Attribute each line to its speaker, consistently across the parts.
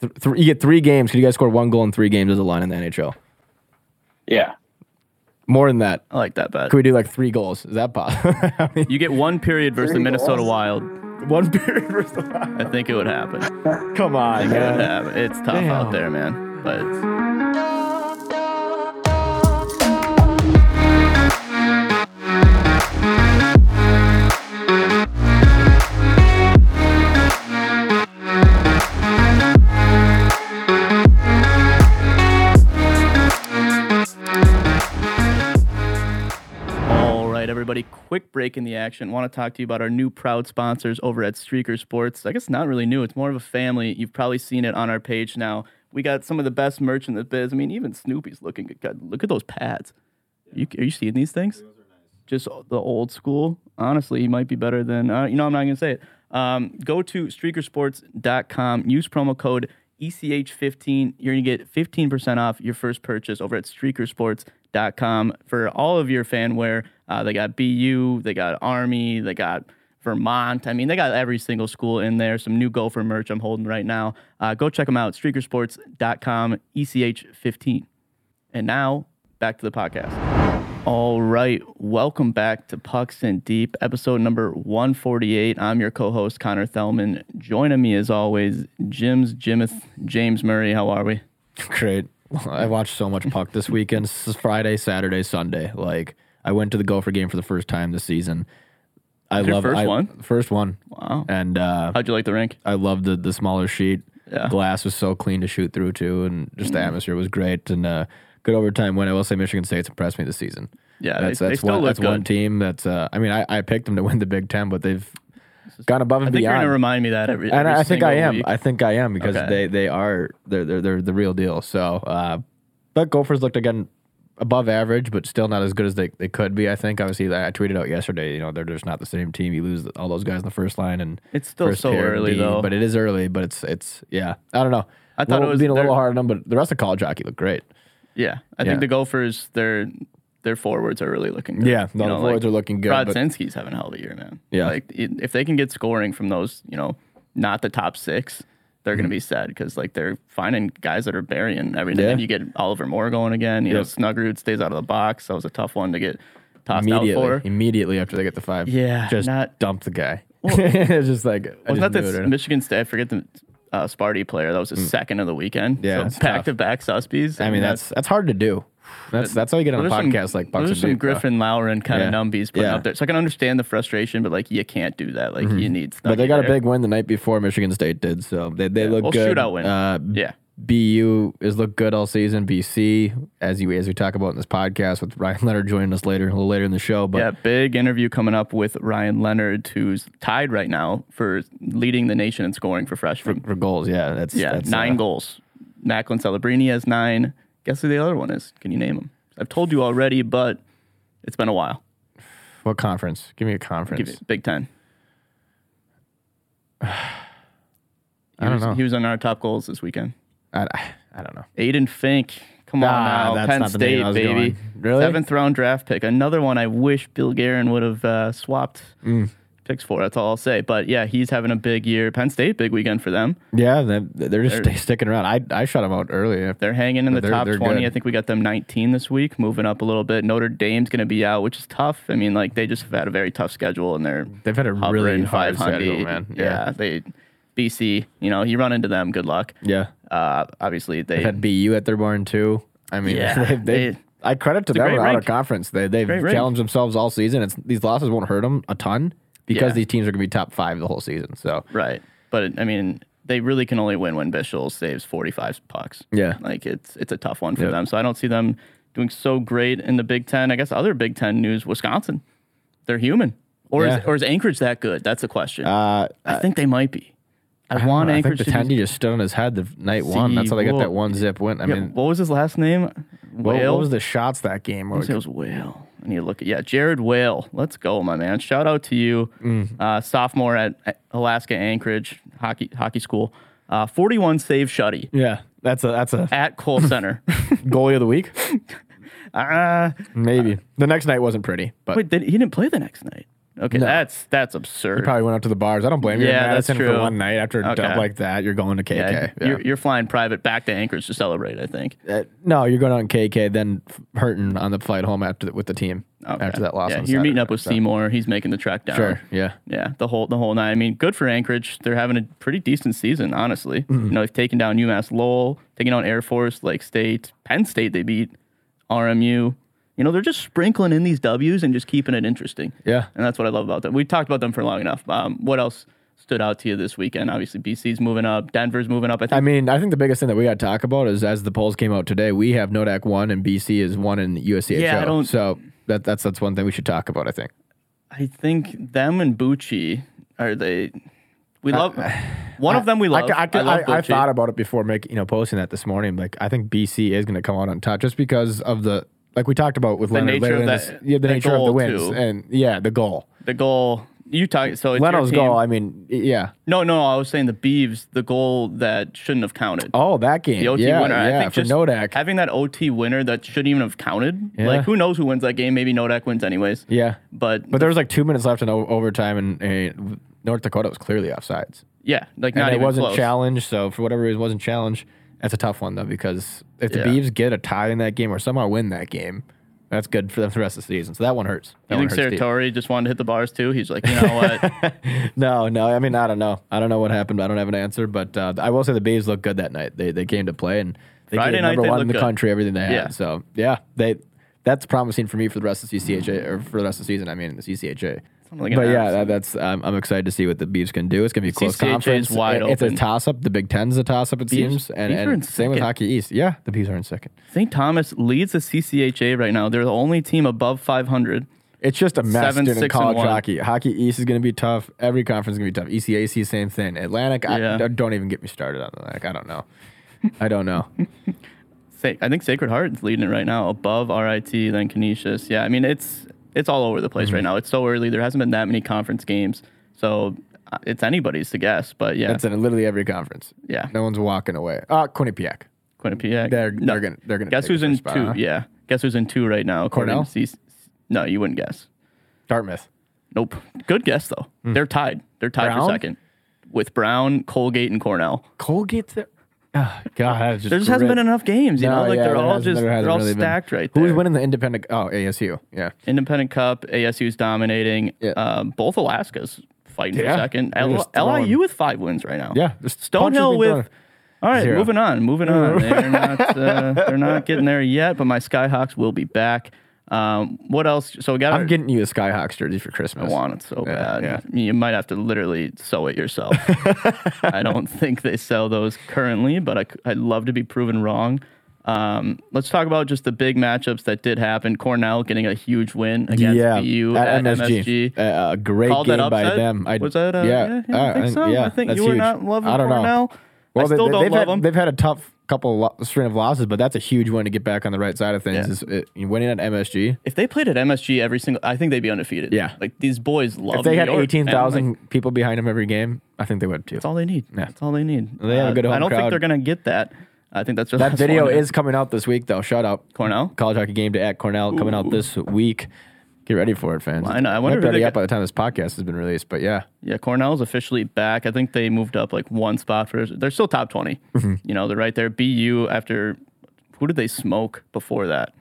Speaker 1: Th- th- you get three games because you guys scored one goal in three games as a line in the NHL.
Speaker 2: Yeah.
Speaker 1: More than that.
Speaker 3: I like that bet.
Speaker 1: Could we do like three goals? Is that possible? I mean,
Speaker 3: You get one period versus the Minnesota Wild.
Speaker 1: one period versus the last.
Speaker 3: I think it would happen.
Speaker 1: Come on,
Speaker 3: It would
Speaker 1: man.
Speaker 3: happen. It's tough
Speaker 1: Damn.
Speaker 3: out there, man. But it's, All right, everybody, quick break in the action. Want to talk to you about our new proud sponsors over at Streaker Sports. I guess not really new, it's more of a family. You've probably seen it on our page now. We got some of the best merch in the biz. I mean, even Snoopy's looking good. God, look at those pads. You, are you seeing these things? Just the old school. Honestly, he might be better than, uh, you know, I'm not going to say it. Um, go to streakersports.com, use promo code E ECH15. You're going to get 15% off your first purchase over at streakersports.com for all of your fan wear. Uh, they got BU, they got Army, they got Vermont. I mean, they got every single school in there. Some new Gopher merch I'm holding right now. Uh, go check them out, streakersports.com, ECH15. And now back to the podcast. All right, welcome back to Pucks and Deep, episode number 148. I'm your co-host Connor Thelman. Joining me as always, Jim's Jimith James Murray. How are we?
Speaker 1: Great. I watched so much puck this weekend. This is Friday, Saturday, Sunday. Like I went to the Gopher game for the first time this season. I
Speaker 3: Your
Speaker 1: love
Speaker 3: first
Speaker 1: I-
Speaker 3: one?
Speaker 1: First one.
Speaker 3: Wow.
Speaker 1: And uh,
Speaker 3: How'd you like the rink?
Speaker 1: I loved the the smaller sheet.
Speaker 3: Yeah.
Speaker 1: Glass was so clean to shoot through too, and just the atmosphere was great. And uh, good overtime win. I will say Michigan State's impressed me this season.
Speaker 3: Yeah,
Speaker 1: that's
Speaker 3: they- they
Speaker 1: that's
Speaker 3: still
Speaker 1: one
Speaker 3: look
Speaker 1: that's one
Speaker 3: good.
Speaker 1: team that's. Uh, I mean, I, I picked them to win the Big Ten, but they've gone above
Speaker 3: I
Speaker 1: and
Speaker 3: think you're
Speaker 1: beyond.
Speaker 3: gonna remind me that every,
Speaker 1: and
Speaker 3: every
Speaker 1: I, I think
Speaker 3: single
Speaker 1: I am.
Speaker 3: week.
Speaker 1: I think I am because
Speaker 3: Okay.
Speaker 1: they they are they're they're they're the real deal. So, uh, but Gophers looked again above average, but still not as good as they, they could be. I think obviously I tweeted out yesterday. You know they're just not the same team. You lose all those guys in the first line and
Speaker 3: It's still
Speaker 1: first
Speaker 3: so
Speaker 1: pair
Speaker 3: early,
Speaker 1: D,
Speaker 3: though.
Speaker 1: But it is early. But it's it's yeah. I don't know.
Speaker 3: I thought it
Speaker 1: Little-
Speaker 3: was
Speaker 1: being a little
Speaker 3: their-
Speaker 1: hard on them, but the rest of college hockey looked great.
Speaker 3: yeah, I
Speaker 1: Yeah.
Speaker 3: think the Gophers, their their forwards are really looking good.
Speaker 1: Yeah, no,
Speaker 3: You
Speaker 1: the
Speaker 3: know,
Speaker 1: forwards
Speaker 3: like,
Speaker 1: are looking good. but-
Speaker 3: Brodzinski's having a hell of a year, man.
Speaker 1: Yeah.
Speaker 3: Like i- if they can get scoring from those, you know, not the top six, they're going to be sad because like they're finding guys that are burying
Speaker 1: Mm-hmm.
Speaker 3: everything.
Speaker 1: Yeah.
Speaker 3: And you get Oliver Moore going again. You know,
Speaker 1: Yep.
Speaker 3: Snuggerud stays out of the box. That was a tough one to get tossed out
Speaker 1: immediately,
Speaker 3: for.
Speaker 1: immediately after they get the five,
Speaker 3: Yeah,
Speaker 1: just
Speaker 3: not-
Speaker 1: dump the guy. it's just like I just
Speaker 3: Wasn't that
Speaker 1: knew it
Speaker 3: this
Speaker 1: right-
Speaker 3: Michigan State? I forget the uh, Sparty player. That was his second of the weekend.
Speaker 1: Yeah, it's
Speaker 3: so back
Speaker 1: tough.
Speaker 3: to back Suspies.
Speaker 1: I mean, that's that's hard to do. That's that's how you get on a
Speaker 3: There's some-
Speaker 1: podcast like Bucks
Speaker 3: there's
Speaker 1: and
Speaker 3: some
Speaker 1: Deep, though.
Speaker 3: Griffin Lowren kind
Speaker 1: Yeah.
Speaker 3: of numbies putting
Speaker 1: Yeah. Mm-hmm.
Speaker 3: up there, so I can understand the frustration, but like you can't do that. Like you need.
Speaker 1: But they
Speaker 3: Snuggie
Speaker 1: got a
Speaker 3: there.
Speaker 1: big win the night before Michigan State did, so they they look
Speaker 3: well,
Speaker 1: good.
Speaker 3: shootout win.
Speaker 1: Uh,
Speaker 3: yeah.
Speaker 1: BU has looked good all season. BC, as you as we talk about in this podcast with Ryan Leonard joining us later a little later in the show, but
Speaker 3: yeah, big interview coming up with Ryan Leonard, who's tied right now for leading the nation in scoring for freshmen.
Speaker 1: for goals, yeah, that's
Speaker 3: Yeah,
Speaker 1: that's,
Speaker 3: nine
Speaker 1: uh,
Speaker 3: goals. Macklin Celebrini has nine. Guess who the other one is? Can you name him? I've told you already, but it's been a while.
Speaker 1: What conference? Give me a
Speaker 3: Give
Speaker 1: conference.
Speaker 3: it Big Ten.
Speaker 1: I don't
Speaker 3: He was-
Speaker 1: know.
Speaker 3: He was on our top goals this weekend.
Speaker 1: I, I don't know.
Speaker 3: Aiden Fink. Come
Speaker 1: Nah,
Speaker 3: on now.
Speaker 1: Ah, that's
Speaker 3: Penn
Speaker 1: not the name
Speaker 3: State,
Speaker 1: I was
Speaker 3: baby.
Speaker 1: going. Really?
Speaker 3: Seventh round draft pick. Another one I wish Bill Guerin would have uh, swapped
Speaker 1: Mm.
Speaker 3: picks for. That's all I'll say. But yeah, he's having a big year. Penn State, big weekend for them.
Speaker 1: Yeah, they- they're just sticking around. I I shut them out early.
Speaker 3: They're hanging in the
Speaker 1: They're-
Speaker 3: top
Speaker 1: they're
Speaker 3: 20.
Speaker 1: good.
Speaker 3: I think we got them 19 this week, moving up a little bit. Notre Dame's going to be out, which is tough. I mean, like, they just have had a very tough schedule and they're
Speaker 1: They've had a
Speaker 3: hovering
Speaker 1: really hard
Speaker 3: 500.
Speaker 1: schedule, man.
Speaker 3: Yeah. they BC. You know, you run into them. Good luck.
Speaker 1: Yeah.
Speaker 3: Uh, obviously they
Speaker 1: They've had BU at their barn too. I mean,
Speaker 3: Yeah,
Speaker 1: they, they,
Speaker 3: they-
Speaker 1: I credit to
Speaker 3: a
Speaker 1: them
Speaker 3: great
Speaker 1: out
Speaker 3: rank.
Speaker 1: of conference. They they've
Speaker 3: Great rank.
Speaker 1: challenged themselves all season. It's these losses won't hurt them a ton because
Speaker 3: Yeah.
Speaker 1: these teams are going to be top five the whole season. So
Speaker 3: right, but I mean they really can only win when Bishel saves forty five pucks.
Speaker 1: Yeah.
Speaker 3: like it's it's a tough one for them. So I don't see them doing so great in the Big Ten. I guess other Big Ten news: Wisconsin, they're human, or
Speaker 1: Yeah.
Speaker 3: is, or is Anchorage that good? That's the question.
Speaker 1: uh,
Speaker 3: I think they might be. I,
Speaker 1: I,
Speaker 3: want
Speaker 1: don't know. I
Speaker 3: Anchorage
Speaker 1: think the
Speaker 3: to do
Speaker 1: tendy just stood on his head the night one. That's how they got
Speaker 3: well,
Speaker 1: that one zip win. I
Speaker 3: Yeah,
Speaker 1: mean,
Speaker 3: what was his last name?
Speaker 1: what,
Speaker 3: Whale.
Speaker 1: what was the shots that game?
Speaker 3: I wanna say it was Whale. I need to look at yeah, Jared Whale. Let's go, my man. Shout out to you,
Speaker 1: Mm.
Speaker 3: uh, sophomore at at Alaska Anchorage hockey hockey school. Uh, Forty-one save shutty
Speaker 1: yeah, that's a that's a
Speaker 3: at Cole Center.
Speaker 1: goalie of the week.
Speaker 3: uh,
Speaker 1: Maybe the next night wasn't pretty, but
Speaker 3: wait, did, he didn't play the next night. Okay, that's that's absurd.
Speaker 1: probably went out to the bars. I don't blame you.
Speaker 3: Yeah, that's
Speaker 1: Madison
Speaker 3: true.
Speaker 1: for one night after a
Speaker 3: Okay.
Speaker 1: dub like that, you're going to KK.
Speaker 3: Yeah,
Speaker 1: Yeah.
Speaker 3: You're, you're flying private back to Anchorage to celebrate. I think.
Speaker 1: Uh, no, you're going on KK, then f- hurting on the flight home after the, with the team
Speaker 3: Okay.
Speaker 1: after that loss.
Speaker 3: Oh, yeah,
Speaker 1: on
Speaker 3: you're meeting
Speaker 1: Saturday.
Speaker 3: up with Seymour. He's making the trek down.
Speaker 1: Sure. Yeah.
Speaker 3: Yeah, the whole the whole night. I mean, good for Anchorage. They're having a pretty decent season, honestly.
Speaker 1: Mm-hmm.
Speaker 3: You know, they've taken down UMass Lowell, taken down Air Force, Lake State, Penn State. They beat RMU. You know, they're just sprinkling in these Ws and just keeping it interesting.
Speaker 1: Yeah.
Speaker 3: and that's what I love about them. We talked about them for long enough. Um, what else stood out to you this weekend? Obviously, BC's moving up, Denver's moving up. I think
Speaker 1: I mean, I think the biggest thing that we got to talk about is as the polls came out today, we have Nodak one and BC is one in USCHO.
Speaker 3: Yeah, I don't-
Speaker 1: so that that's that's one thing we should talk about. I think.
Speaker 3: I think them and Bucci are they. We love one of them. We love.
Speaker 1: I, I,
Speaker 3: love
Speaker 1: I, I
Speaker 3: Bucci.
Speaker 1: thought about it before making you know posting that this morning. Like I think BC is going to come out on top just because of the like we talked about with Leonard
Speaker 3: nature of
Speaker 1: Leonard
Speaker 3: that-
Speaker 1: is- yeah, the
Speaker 3: that
Speaker 1: nature of the
Speaker 3: goal,
Speaker 1: wins
Speaker 3: too.
Speaker 1: and yeah, the goal.
Speaker 3: the goal. You talk. So it's
Speaker 1: Leno's
Speaker 3: your team.
Speaker 1: goal. I mean, y- yeah.
Speaker 3: No, no, I was saying the Beavs, the goal that shouldn't have counted.
Speaker 1: Oh, that game.
Speaker 3: the OT
Speaker 1: yeah,
Speaker 3: winner.
Speaker 1: yeah,
Speaker 3: I think
Speaker 1: for
Speaker 3: just
Speaker 1: Nodak.
Speaker 3: having that OT winner that shouldn't even have counted.
Speaker 1: Yeah.
Speaker 3: Like who knows who wins that game? Maybe Nodak wins anyways.
Speaker 1: yeah,
Speaker 3: But,
Speaker 1: But there was like two minutes left in o- overtime, and, and North Dakota was clearly offsides,
Speaker 3: yeah, like
Speaker 1: and
Speaker 3: not
Speaker 1: it
Speaker 3: even
Speaker 1: wasn't
Speaker 3: close.
Speaker 1: challenged. So for whatever reason, it wasn't challenged. That's a tough one though, because if the
Speaker 3: Yeah.
Speaker 1: Beavs get a tie in that game or somehow win that game, that's good for them for the rest of the season. So that one hurts. That
Speaker 3: You
Speaker 1: one
Speaker 3: think
Speaker 1: hurts deep.
Speaker 3: Saratori just wanted to hit the bars too? He's like, you know what?
Speaker 1: No, no. I mean, I don't know. I don't know what happened. I don't have an answer. But uh, I will say the Beavs looked good that night. They they came to play and they
Speaker 3: Friday
Speaker 1: gave
Speaker 3: night,
Speaker 1: number
Speaker 3: they
Speaker 1: one in
Speaker 3: looked
Speaker 1: the
Speaker 3: good.
Speaker 1: country everything they had.
Speaker 3: Yeah.
Speaker 1: So yeah, they that's promising for me for the rest of CCHA or for the rest of the season. I mean, the CCHA.
Speaker 3: like an
Speaker 1: but yeah,
Speaker 3: abs-
Speaker 1: that, that's I'm, I'm excited to see what the Beavs can do. It's gonna be a close
Speaker 3: CCHA is
Speaker 1: conference.
Speaker 3: wide
Speaker 1: It- it's a
Speaker 3: open.
Speaker 1: toss up. The Big Ten's a toss up. It seems. And,
Speaker 3: Beavs
Speaker 1: and
Speaker 3: are in
Speaker 1: same with
Speaker 3: second.
Speaker 1: Hockey East. Yeah, the Beavs are in second.
Speaker 3: St. Thomas leads the CCHA right now. They're the only team above 500.
Speaker 1: It's just a mess
Speaker 3: Seven,
Speaker 1: dude, in
Speaker 3: six, and
Speaker 1: college
Speaker 3: one.
Speaker 1: hockey. Hockey East is going to be tough. Every conference is going to be tough. E ECAC, same thing. Atlantic,
Speaker 3: Yeah.
Speaker 1: I, d- don't even get me started on Atlantic. I don't know. I don't know.
Speaker 3: Sa- I think Sacred Heart is leading it right now, above RIT, then Canisius. Yeah, I mean it's it's all over the place
Speaker 1: Mm-hmm.
Speaker 3: right now. It's so early. There hasn't been that many conference games, so uh, it's anybody's to guess. But yeah,
Speaker 1: That's in literally every conference.
Speaker 3: Yeah.
Speaker 1: No one's walking away. Ah, Quinnipiac.
Speaker 3: Quinnipiac.
Speaker 1: They're,
Speaker 3: No.
Speaker 1: they're going to they're gonna
Speaker 3: Guess
Speaker 1: take the
Speaker 3: who's in
Speaker 1: first spot,
Speaker 3: two?
Speaker 1: huh?
Speaker 3: Yeah. Guess who's in two right now? according
Speaker 1: Cornell?
Speaker 3: to C- no, you wouldn't guess.
Speaker 1: Dartmouth.
Speaker 3: Nope. Good guess though. They're tied. They're tied
Speaker 1: Brown?
Speaker 3: for second with Brown, Colgate, and Cornell.
Speaker 1: Colgate's there. Oh, God. that is Just
Speaker 3: There just hasn't
Speaker 1: grit.
Speaker 3: been enough games. You know,
Speaker 1: No,
Speaker 3: like
Speaker 1: yeah,
Speaker 3: they're
Speaker 1: there
Speaker 3: all
Speaker 1: hasn't-
Speaker 3: just
Speaker 1: there hasn't
Speaker 3: they're all
Speaker 1: really been.
Speaker 3: stacked right there.
Speaker 1: Who's winning the independent? Oh, ASU. Yeah.
Speaker 3: Independent Cup, ASU's dominating.
Speaker 1: Yeah.
Speaker 3: Um, both Alaska's fighting
Speaker 1: Yeah.
Speaker 3: for second.
Speaker 1: They're
Speaker 3: L-
Speaker 1: just throwing-
Speaker 3: LIU with five wins right now.
Speaker 1: Yeah, just punches
Speaker 3: Stonehill
Speaker 1: being
Speaker 3: with.
Speaker 1: thrown.
Speaker 3: All right,
Speaker 1: Zero.
Speaker 3: moving on, moving on. They're not, uh, they're not getting there yet, but my Skyhawks will be back. Um, what else? So we got.
Speaker 1: I'm getting you a Skyhawks jersey for Christmas.
Speaker 3: I want it so
Speaker 1: Yeah,
Speaker 3: bad.
Speaker 1: yeah.
Speaker 3: You might have to literally sew it yourself. I don't think they sell those currently, but I, would love to be proven wrong. Um, let's talk about just the big matchups that did happen. Cornell getting a huge win against
Speaker 1: yeah,
Speaker 3: BU
Speaker 1: at,
Speaker 3: at,
Speaker 1: MSG.
Speaker 3: MSG.
Speaker 1: Uh, a great
Speaker 3: Called that
Speaker 1: game by
Speaker 3: upset?
Speaker 1: them.
Speaker 3: Was that, uh, yeah,
Speaker 1: yeah,
Speaker 3: yeah, I
Speaker 1: uh,
Speaker 3: think so. I
Speaker 1: Yeah,
Speaker 3: think
Speaker 1: that's
Speaker 3: you were
Speaker 1: huge.
Speaker 3: not loving
Speaker 1: I don't
Speaker 3: Cornell.
Speaker 1: Know.
Speaker 3: I
Speaker 1: Well,
Speaker 3: still
Speaker 1: they,
Speaker 3: don't
Speaker 1: have
Speaker 3: love
Speaker 1: had,
Speaker 3: them.
Speaker 1: They've had a tough couple lo- string of losses, but that's a huge win to get back on the right side of things.
Speaker 3: Yeah.
Speaker 1: Is it, winning at MSG.
Speaker 3: If they played at MSG every single, I think they'd be undefeated.
Speaker 1: Yeah.
Speaker 3: like these boys love.
Speaker 1: If they
Speaker 3: New
Speaker 1: had
Speaker 3: York, and,
Speaker 1: eighteen thousand
Speaker 3: like,
Speaker 1: people behind them every game, I think they would too.
Speaker 3: that's all they need. That's all they need. Uh,
Speaker 1: They have a good
Speaker 3: I
Speaker 1: home
Speaker 3: don't think
Speaker 1: crowd.
Speaker 3: they're gonna get that. I think that's just
Speaker 1: That video is coming out this week, though. Shout out
Speaker 3: Cornell.
Speaker 1: College Hockey Game Day at Cornell coming out this week. Get ready for it, fans.
Speaker 3: I know. I
Speaker 1: Might
Speaker 3: wonder
Speaker 1: be
Speaker 3: who they
Speaker 1: already up
Speaker 3: got-
Speaker 1: by the time this podcast has been released, but yeah,
Speaker 3: Yeah, Cornell's officially back. I think they moved up like one spot for. They're still top 20
Speaker 1: Mm-hmm.
Speaker 3: You know, they're right there. BU after who did they smoke before that?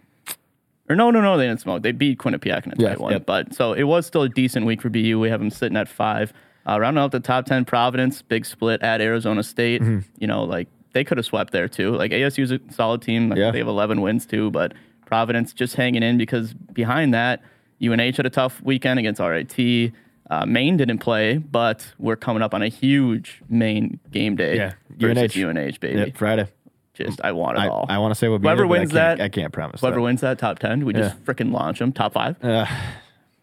Speaker 3: Or no, no, no, they didn't smoke. They beat Quinnipiac in a tight
Speaker 1: Yes,
Speaker 3: one.
Speaker 1: yep.
Speaker 3: But so it was still a decent week for BU. We have them sitting at five. Uh, rounding out the top 10, Providence, big split at Arizona State.
Speaker 1: Mm-hmm.
Speaker 3: You know, like they could have swept there too. Like ASU's a solid team. Like,
Speaker 1: Yeah.
Speaker 3: They have 11 wins too, but Providence just hanging in because behind that, UNH had a tough weekend against RIT. Uh, Maine didn't play, but we're coming up on a huge Maine game day.
Speaker 1: Yeah,
Speaker 3: versus
Speaker 1: UNH.
Speaker 3: UNH, baby.
Speaker 1: Yeah, Friday.
Speaker 3: Just, I want it
Speaker 1: I,
Speaker 3: all.
Speaker 1: I want to say we'll be
Speaker 3: Whoever
Speaker 1: there, but I
Speaker 3: wins
Speaker 1: can't-
Speaker 3: that-
Speaker 1: I can't promise.
Speaker 3: Whoever
Speaker 1: that.
Speaker 3: wins that top 10, we just freaking launch them. Top five.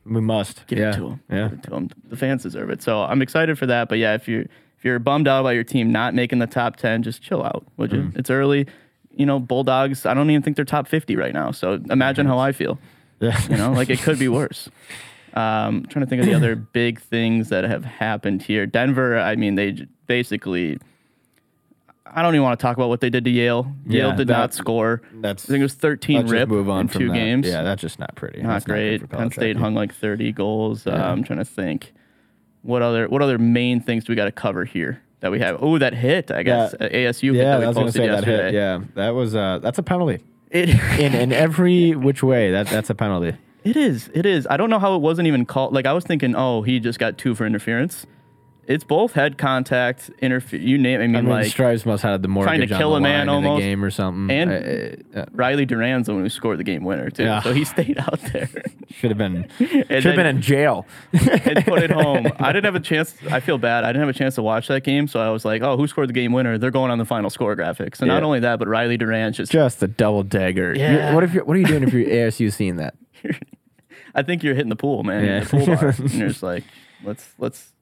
Speaker 1: we must
Speaker 3: give
Speaker 1: yeah.
Speaker 3: it to them.
Speaker 1: Yeah,
Speaker 3: Give it to 'em. The fans deserve it. So I'm excited for that. But yeah, if you're if you're bummed out by your team not making the top ten, just chill out, would you?
Speaker 1: Mm-hmm.
Speaker 3: It's early. You know, Bulldogs. I don't even think they're top fifty right now. So imagine how I feel.
Speaker 1: Yeah.
Speaker 3: You know, like it could be worse. Um, trying to think of the other big things that have happened here. Denver. I mean, they j- basically. I don't even want to talk about what they did to Yale. Yale
Speaker 1: Yeah,
Speaker 3: did
Speaker 1: that-
Speaker 3: not score.
Speaker 1: that's-
Speaker 3: I think it was 13
Speaker 1: Let's just
Speaker 3: rip
Speaker 1: move on
Speaker 3: in
Speaker 1: from
Speaker 3: two
Speaker 1: that.
Speaker 3: games
Speaker 1: Yeah, that's just not pretty.
Speaker 3: not
Speaker 1: That's good
Speaker 3: great.
Speaker 1: for
Speaker 3: Penn
Speaker 1: college
Speaker 3: State
Speaker 1: hockey.
Speaker 3: hung like 30 goals. Uh, I'm trying to think. What other what other main things do we got to cover here that we have? Oh, that hit, I guess. uh, ASU hit
Speaker 1: Yeah,
Speaker 3: that we
Speaker 1: I was gonna
Speaker 3: posted
Speaker 1: say that
Speaker 3: yesterday.
Speaker 1: hit. Yeah, that was uh, that's a penalty
Speaker 3: It
Speaker 1: in in every which way. That that's a penalty.
Speaker 3: it is. It is. I don't know how it wasn't even called. Like I was thinking, oh, he just got two for interference. It's both head contact, interfere, you name I mean,
Speaker 1: I mean,
Speaker 3: like
Speaker 1: Stripes must have had the mortgage
Speaker 3: trying to
Speaker 1: on
Speaker 3: kill
Speaker 1: the
Speaker 3: a man
Speaker 1: line in the
Speaker 3: almost.
Speaker 1: game or something.
Speaker 3: And-
Speaker 1: uh,
Speaker 3: Riley Duran's the one who scored the game winner too.
Speaker 1: Yeah.
Speaker 3: So he stayed out there.
Speaker 1: should have been
Speaker 3: And
Speaker 1: should have
Speaker 3: then-
Speaker 1: been in jail.
Speaker 3: and put it home. I didn't have a chance. I feel bad. I didn't have a chance to watch that game, so I was like, "Oh, who scored the game winner? They're going on the final score graphics." And not
Speaker 1: Yeah.
Speaker 3: only that, but Riley Durant just.
Speaker 1: Just the double dagger. You're-
Speaker 3: Yeah.
Speaker 1: What if you're, what are you doing if you're ASU seeing that?
Speaker 3: I think you're hitting the pool, man.
Speaker 1: Yeah.
Speaker 3: The pool bar. and you're just like, let's let's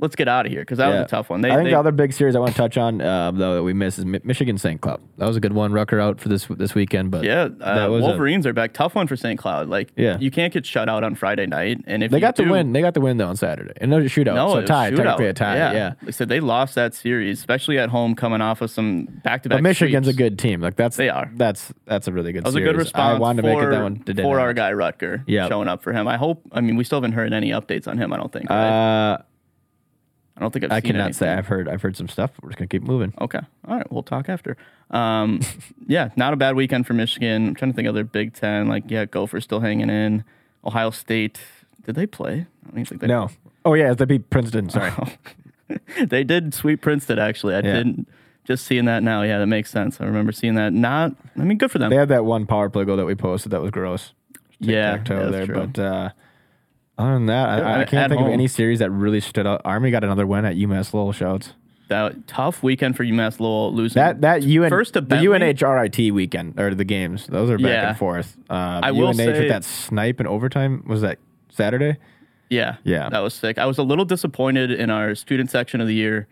Speaker 3: let's get out of here because that
Speaker 1: Yeah.
Speaker 3: was a tough one. They,
Speaker 1: I think
Speaker 3: they-
Speaker 1: the other big series I want to touch on, uh, though, that we missed is Mi- Michigan St. Cloud. That was a good one. Rucker out for this this weekend, but
Speaker 3: yeah, uh,
Speaker 1: that was a-
Speaker 3: Wolverines are back. Tough one for St. Cloud. Like,
Speaker 1: Yeah.
Speaker 3: you can't get shut out on Friday night, and if
Speaker 1: they
Speaker 3: you
Speaker 1: got the
Speaker 3: do-
Speaker 1: win. They got the win though on Saturday, and no shootout.
Speaker 3: No,
Speaker 1: so
Speaker 3: it was
Speaker 1: tie,
Speaker 3: shootout.
Speaker 1: technically a tie. Yeah.
Speaker 3: They said they lost that series, especially at home, coming off of some back-to-back.
Speaker 1: But Michigan's
Speaker 3: sweeps.
Speaker 1: a good team. Like that's
Speaker 3: They are.
Speaker 1: That's that's a really good.
Speaker 3: That was a
Speaker 1: series.
Speaker 3: good response
Speaker 1: I wanted to
Speaker 3: for,
Speaker 1: make it that one today. Uh,
Speaker 3: for our guy Rutger
Speaker 1: Yeah.
Speaker 3: showing up for him. I hope. I mean, we still haven't heard any updates on him. I don't think. right?
Speaker 1: Uh,
Speaker 3: I don't think I've
Speaker 1: I
Speaker 3: seen
Speaker 1: cannot say
Speaker 3: anything.
Speaker 1: I've heard I've heard some stuff. But we're just gonna keep moving.
Speaker 3: Okay. All right. We'll talk after. Um, yeah, not a bad weekend for Michigan. I'm trying to think of their Big Ten. Like, yeah, Gopher still hanging in. Ohio State. Did they play? I don't even think they.
Speaker 1: No. Oh yeah, they beat Princeton. Sorry.
Speaker 3: they did sweep Princeton. Actually, I
Speaker 1: Yeah.
Speaker 3: didn't. Just seeing that now, yeah, that makes sense. I remember seeing that. Not. I mean, good for them.
Speaker 1: They had that one power play goal that we posted that was gross.
Speaker 3: yeah,
Speaker 1: Tic-tac-toe
Speaker 3: yeah, that's
Speaker 1: there,
Speaker 3: true.
Speaker 1: but uh, other than that, I- I, I
Speaker 3: at-
Speaker 1: can't
Speaker 3: at
Speaker 1: think
Speaker 3: home.
Speaker 1: of any series that really stood out. Army got another win at UMass Lowell. Shouts
Speaker 3: that tough weekend for UMass Lowell losing
Speaker 1: that that UN
Speaker 3: First to
Speaker 1: the
Speaker 3: Bentley?
Speaker 1: UNH RIT weekend or the games. Those are back
Speaker 3: Yeah.
Speaker 1: and forth. Um,
Speaker 3: I will
Speaker 1: UNH
Speaker 3: say-
Speaker 1: with that snipe in overtime was that Saturday.
Speaker 3: Yeah.
Speaker 1: Yeah.
Speaker 3: That was sick. I was a little disappointed in our student section of the year.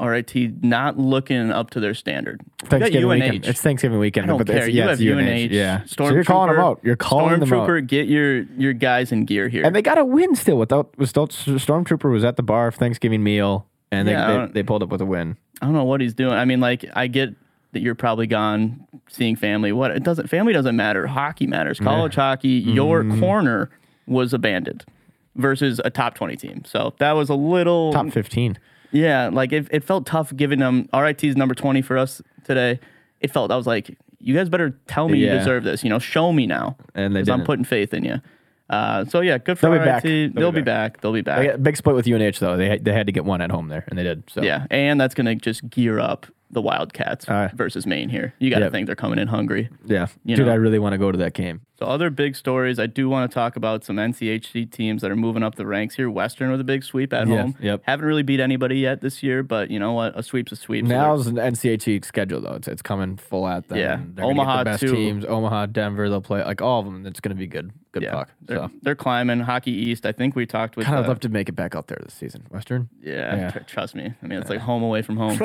Speaker 3: RIT not looking up to their standard. We got
Speaker 1: Thanksgiving
Speaker 3: UNH.
Speaker 1: weekend. It's Thanksgiving weekend.
Speaker 3: I don't
Speaker 1: but
Speaker 3: care.
Speaker 1: It's,
Speaker 3: you
Speaker 1: yeah,
Speaker 3: have
Speaker 1: it's
Speaker 3: UNH.
Speaker 1: Yeah.
Speaker 3: Stormtrooper.
Speaker 1: so you're calling them out. You're calling them out.
Speaker 3: Stormtrooper, get your your guys in gear here.
Speaker 1: And they got a win still without without Stormtrooper was at the bar for Thanksgiving meal and they,
Speaker 3: Yeah, I
Speaker 1: they,
Speaker 3: don't-
Speaker 1: they pulled up with a win.
Speaker 3: I don't know what he's doing. I mean, like, I get that you're probably gone seeing family. What it doesn't family doesn't matter. Hockey matters. College hockey, your
Speaker 1: Mm-hmm.
Speaker 3: corner was abandoned versus a top twenty team. So that was a little
Speaker 1: Top 15.
Speaker 3: Yeah, like it, it felt tough giving them RIT's number 20 for us today. It felt, I was like, you guys better tell me
Speaker 1: Yeah.
Speaker 3: you deserve this. You know, show me now.
Speaker 1: And they
Speaker 3: 'Cause I'm
Speaker 1: didn't.
Speaker 3: putting faith in you. Uh, so yeah, good for
Speaker 1: They'll be
Speaker 3: RIT.
Speaker 1: back.
Speaker 3: They'll,
Speaker 1: They'll
Speaker 3: be
Speaker 1: be
Speaker 3: back. They'll be back.
Speaker 1: They got- big split with UNH though. They had- they had to get one at home there and they did. So
Speaker 3: Yeah, and that's going to just gear up the Wildcats
Speaker 1: right.
Speaker 3: versus Maine here. You got to
Speaker 1: Yep.
Speaker 3: think they're coming in hungry.
Speaker 1: yeah.
Speaker 3: You
Speaker 1: Dude,
Speaker 3: know.
Speaker 1: I really want to go to that game.
Speaker 3: So other big stories, I do want to talk about some NCHC teams that are moving up the ranks here. Western with a big sweep at
Speaker 1: Yeah,
Speaker 3: home.
Speaker 1: yep.
Speaker 3: Haven't really beat anybody yet this year, but you know what? A sweep's a sweep. So they're-
Speaker 1: Now's an NCHC schedule though. It's, it's coming full at them. They're
Speaker 3: Yeah.
Speaker 1: gonna get
Speaker 3: Omaha,
Speaker 1: the best
Speaker 3: too.
Speaker 1: teams. Omaha, Denver. They'll play like all of them. It's going to be good. Good puck.
Speaker 3: They're,
Speaker 1: So
Speaker 3: they're climbing. Hockey East. I think we talked with.
Speaker 1: kind
Speaker 3: uh,
Speaker 1: of love to make it back out there this season. Western.
Speaker 3: yeah,
Speaker 1: Yeah.
Speaker 3: tr- trust me. I mean, it's like home away from home.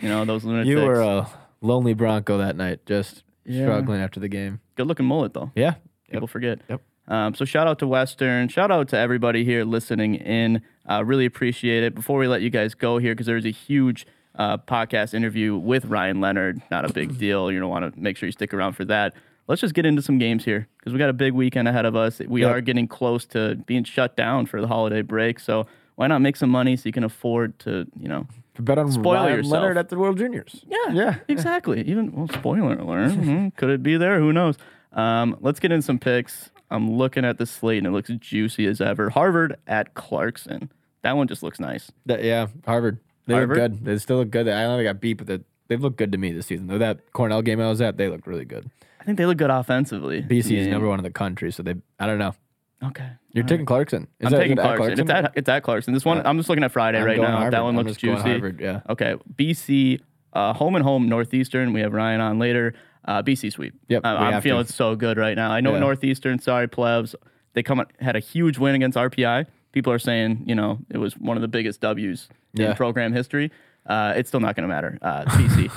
Speaker 3: you know those lunatics.
Speaker 1: You were uh, a lonely Bronco that night, just
Speaker 3: Yeah.
Speaker 1: struggling after the game.
Speaker 3: good looking mullet though.
Speaker 1: Yeah.
Speaker 3: People forget.
Speaker 1: Yep.
Speaker 3: Um, so shout out to Western. Shout out to everybody here listening in. Uh, really appreciate it. Before we let you guys go here, because there's a huge uh, podcast interview with Ryan Leonard. Not a big deal. You don't want to make sure you stick around for that. Let's just get into some games here because we got a big weekend ahead of us. We
Speaker 1: Yep.
Speaker 3: are getting close to being shut down for the holiday break. So why not make some money so you can afford to, you know,
Speaker 1: Bet on
Speaker 3: Spoil
Speaker 1: Ryan
Speaker 3: yourself.
Speaker 1: Leonard at the World Juniors.
Speaker 3: yeah.
Speaker 1: Yeah.
Speaker 3: Exactly. Even well, spoiler alert. Mhm. Could it be there? Who knows? Um, let's get in some picks. I'm looking at the slate and it looks juicy as ever. Harvard at Clarkson. That one just looks nice.
Speaker 1: That- yeah, Harvard. They
Speaker 3: Harvard?
Speaker 1: look good. They still look good. I know they got beat, but they- they've looked good to me this season. Though that Cornell game I was at, they looked really good.
Speaker 3: I think they look good offensively.
Speaker 1: BC is
Speaker 3: Yeah.
Speaker 1: number one in the country, so they. I don't know.
Speaker 3: Okay.
Speaker 1: You're taking Clarkson. Is
Speaker 3: I'm
Speaker 1: that- is
Speaker 3: taking
Speaker 1: it at Uh,
Speaker 3: Clarkson. It's at it's at Clarkson. This one I'm just looking at Friday
Speaker 1: I'm
Speaker 3: right
Speaker 1: going
Speaker 3: now.
Speaker 1: Harvard.
Speaker 3: That one
Speaker 1: I'm
Speaker 3: looks
Speaker 1: just going
Speaker 3: juicy.
Speaker 1: Harvard, yeah.
Speaker 3: Okay. BC uh, home and home Northeastern. We have Ryan on later. Uh, BC sweep.
Speaker 1: Yep,
Speaker 3: I-
Speaker 1: we
Speaker 3: I'm
Speaker 1: have
Speaker 3: feeling
Speaker 1: to.
Speaker 3: so good right now. I know
Speaker 1: Yeah.
Speaker 3: Northeastern. Sorry, plebs. They come had a huge win against RPI. People are saying you know it was one of the biggest W's
Speaker 1: Yeah.
Speaker 3: in program history. Uh, it's still not going to matter. Uh, it's BC.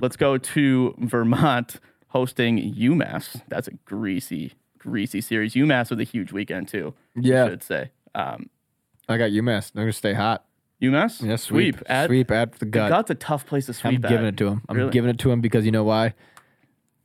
Speaker 3: Let's go to Vermont hosting UMass. That's a greasy, greasy series. UMass with a huge weekend too. we
Speaker 1: Yeah.
Speaker 3: should say. Um,
Speaker 1: I got UMass. They're gonna stay hot.
Speaker 3: UMass?
Speaker 1: Yeah, sweep,
Speaker 3: Sweep. At,
Speaker 1: sweep at the gut.
Speaker 3: Gut's a tough place to
Speaker 1: I'm
Speaker 3: sweep at.
Speaker 1: giving it to him. I'm
Speaker 3: Really?
Speaker 1: giving it to him because you know why?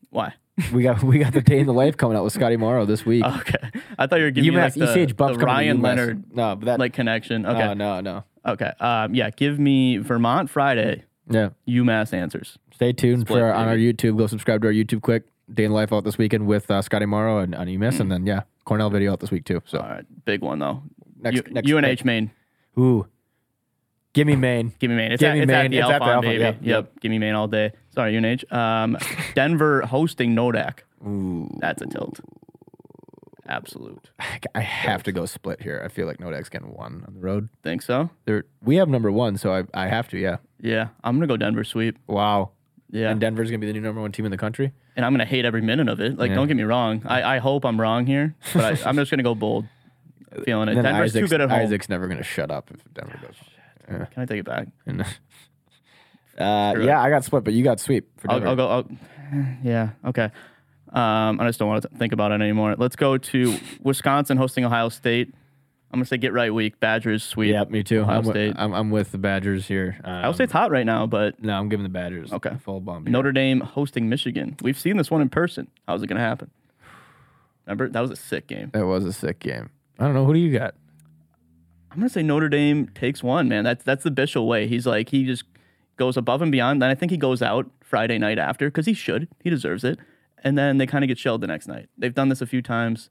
Speaker 3: Why? Oh,
Speaker 1: We got we got the day in the life coming out with Scotty Morrow this week.
Speaker 3: Okay. I thought you were giving
Speaker 1: UMass,
Speaker 3: Uh, me like, the,
Speaker 1: ECH Buffs
Speaker 3: the
Speaker 1: coming
Speaker 3: Ryan
Speaker 1: to UMass.
Speaker 3: Leonard
Speaker 1: No, but that
Speaker 3: like connection. Okay.
Speaker 1: no, no, no.
Speaker 3: okay. Um, yeah, give me Vermont Friday,
Speaker 1: Yeah.
Speaker 3: UMass answers.
Speaker 1: Stay tuned
Speaker 3: Split,
Speaker 1: for our, on our YouTube. Go subscribe to our YouTube quick. Day in the life out this weekend with uh, Scotty Morrow and on UMass,
Speaker 3: Mm.
Speaker 1: and then yeah, Cornell video out this week too. So
Speaker 3: All right. Big one though.
Speaker 1: Next-
Speaker 3: U-
Speaker 1: next
Speaker 3: UNH
Speaker 1: pick.
Speaker 3: Maine.
Speaker 1: ooh, give me Maine.
Speaker 3: Give me Maine. It's,
Speaker 1: Give
Speaker 3: at,
Speaker 1: me
Speaker 3: it's at
Speaker 1: Maine.
Speaker 3: the
Speaker 1: It's at the
Speaker 3: Alphon,
Speaker 1: Alphon,
Speaker 3: baby.
Speaker 1: yeah,
Speaker 3: Yep. Give me Maine all day. Sorry, UNH. Um, Denver hosting Nodak.
Speaker 1: Ooh,
Speaker 3: That's a tilt. Absolute.
Speaker 1: I I have to go split here. I feel like Nodak's getting one on the road.
Speaker 3: Think so?
Speaker 1: There, we have number one, so I, I have to. Yeah.
Speaker 3: Yeah. I'm gonna go Denver sweep.
Speaker 1: Wow.
Speaker 3: Yeah.
Speaker 1: And Denver's gonna be the new number one team in the country.
Speaker 3: and I'm gonna hate every minute of it. Like, don't get me wrong. I, I hope I'm wrong here, but I, I'm just gonna go bold, feeling it.
Speaker 1: And then
Speaker 3: Denver's
Speaker 1: Isaac's,
Speaker 3: too good at home.
Speaker 1: Isaac's never gonna shut up if Denver goes.
Speaker 3: Can I take it back?
Speaker 1: And, uh, yeah, I got split, but you got sweep for
Speaker 3: I'll,
Speaker 1: Denver.
Speaker 3: I'll go. I'll, yeah. Okay. Um, I just don't want to think about it anymore. Let's go to Wisconsin hosting Ohio State. I'm gonna say get right week. Badgers sweep.
Speaker 1: Yeah, me too.
Speaker 3: Ohio
Speaker 1: I'm, with,
Speaker 3: State.
Speaker 1: I'm, I'm with the Badgers here.
Speaker 3: Ohio
Speaker 1: Um,
Speaker 3: State's hot right now, but
Speaker 1: No, I'm giving the Badgers
Speaker 3: Okay.
Speaker 1: full bump. here.
Speaker 3: Notre Dame hosting Michigan. We've seen this one in person. How's it gonna happen? Remember that was a sick game.
Speaker 1: That was a sick game. I don't know. Who do you got?
Speaker 3: I'm gonna say Notre Dame takes one, man. That's that's the Bishop way. He's like he just goes above and beyond. Then I think he goes out Friday night after because he should. He deserves it. And then they kind of get shelled the next night. They've done this a few times.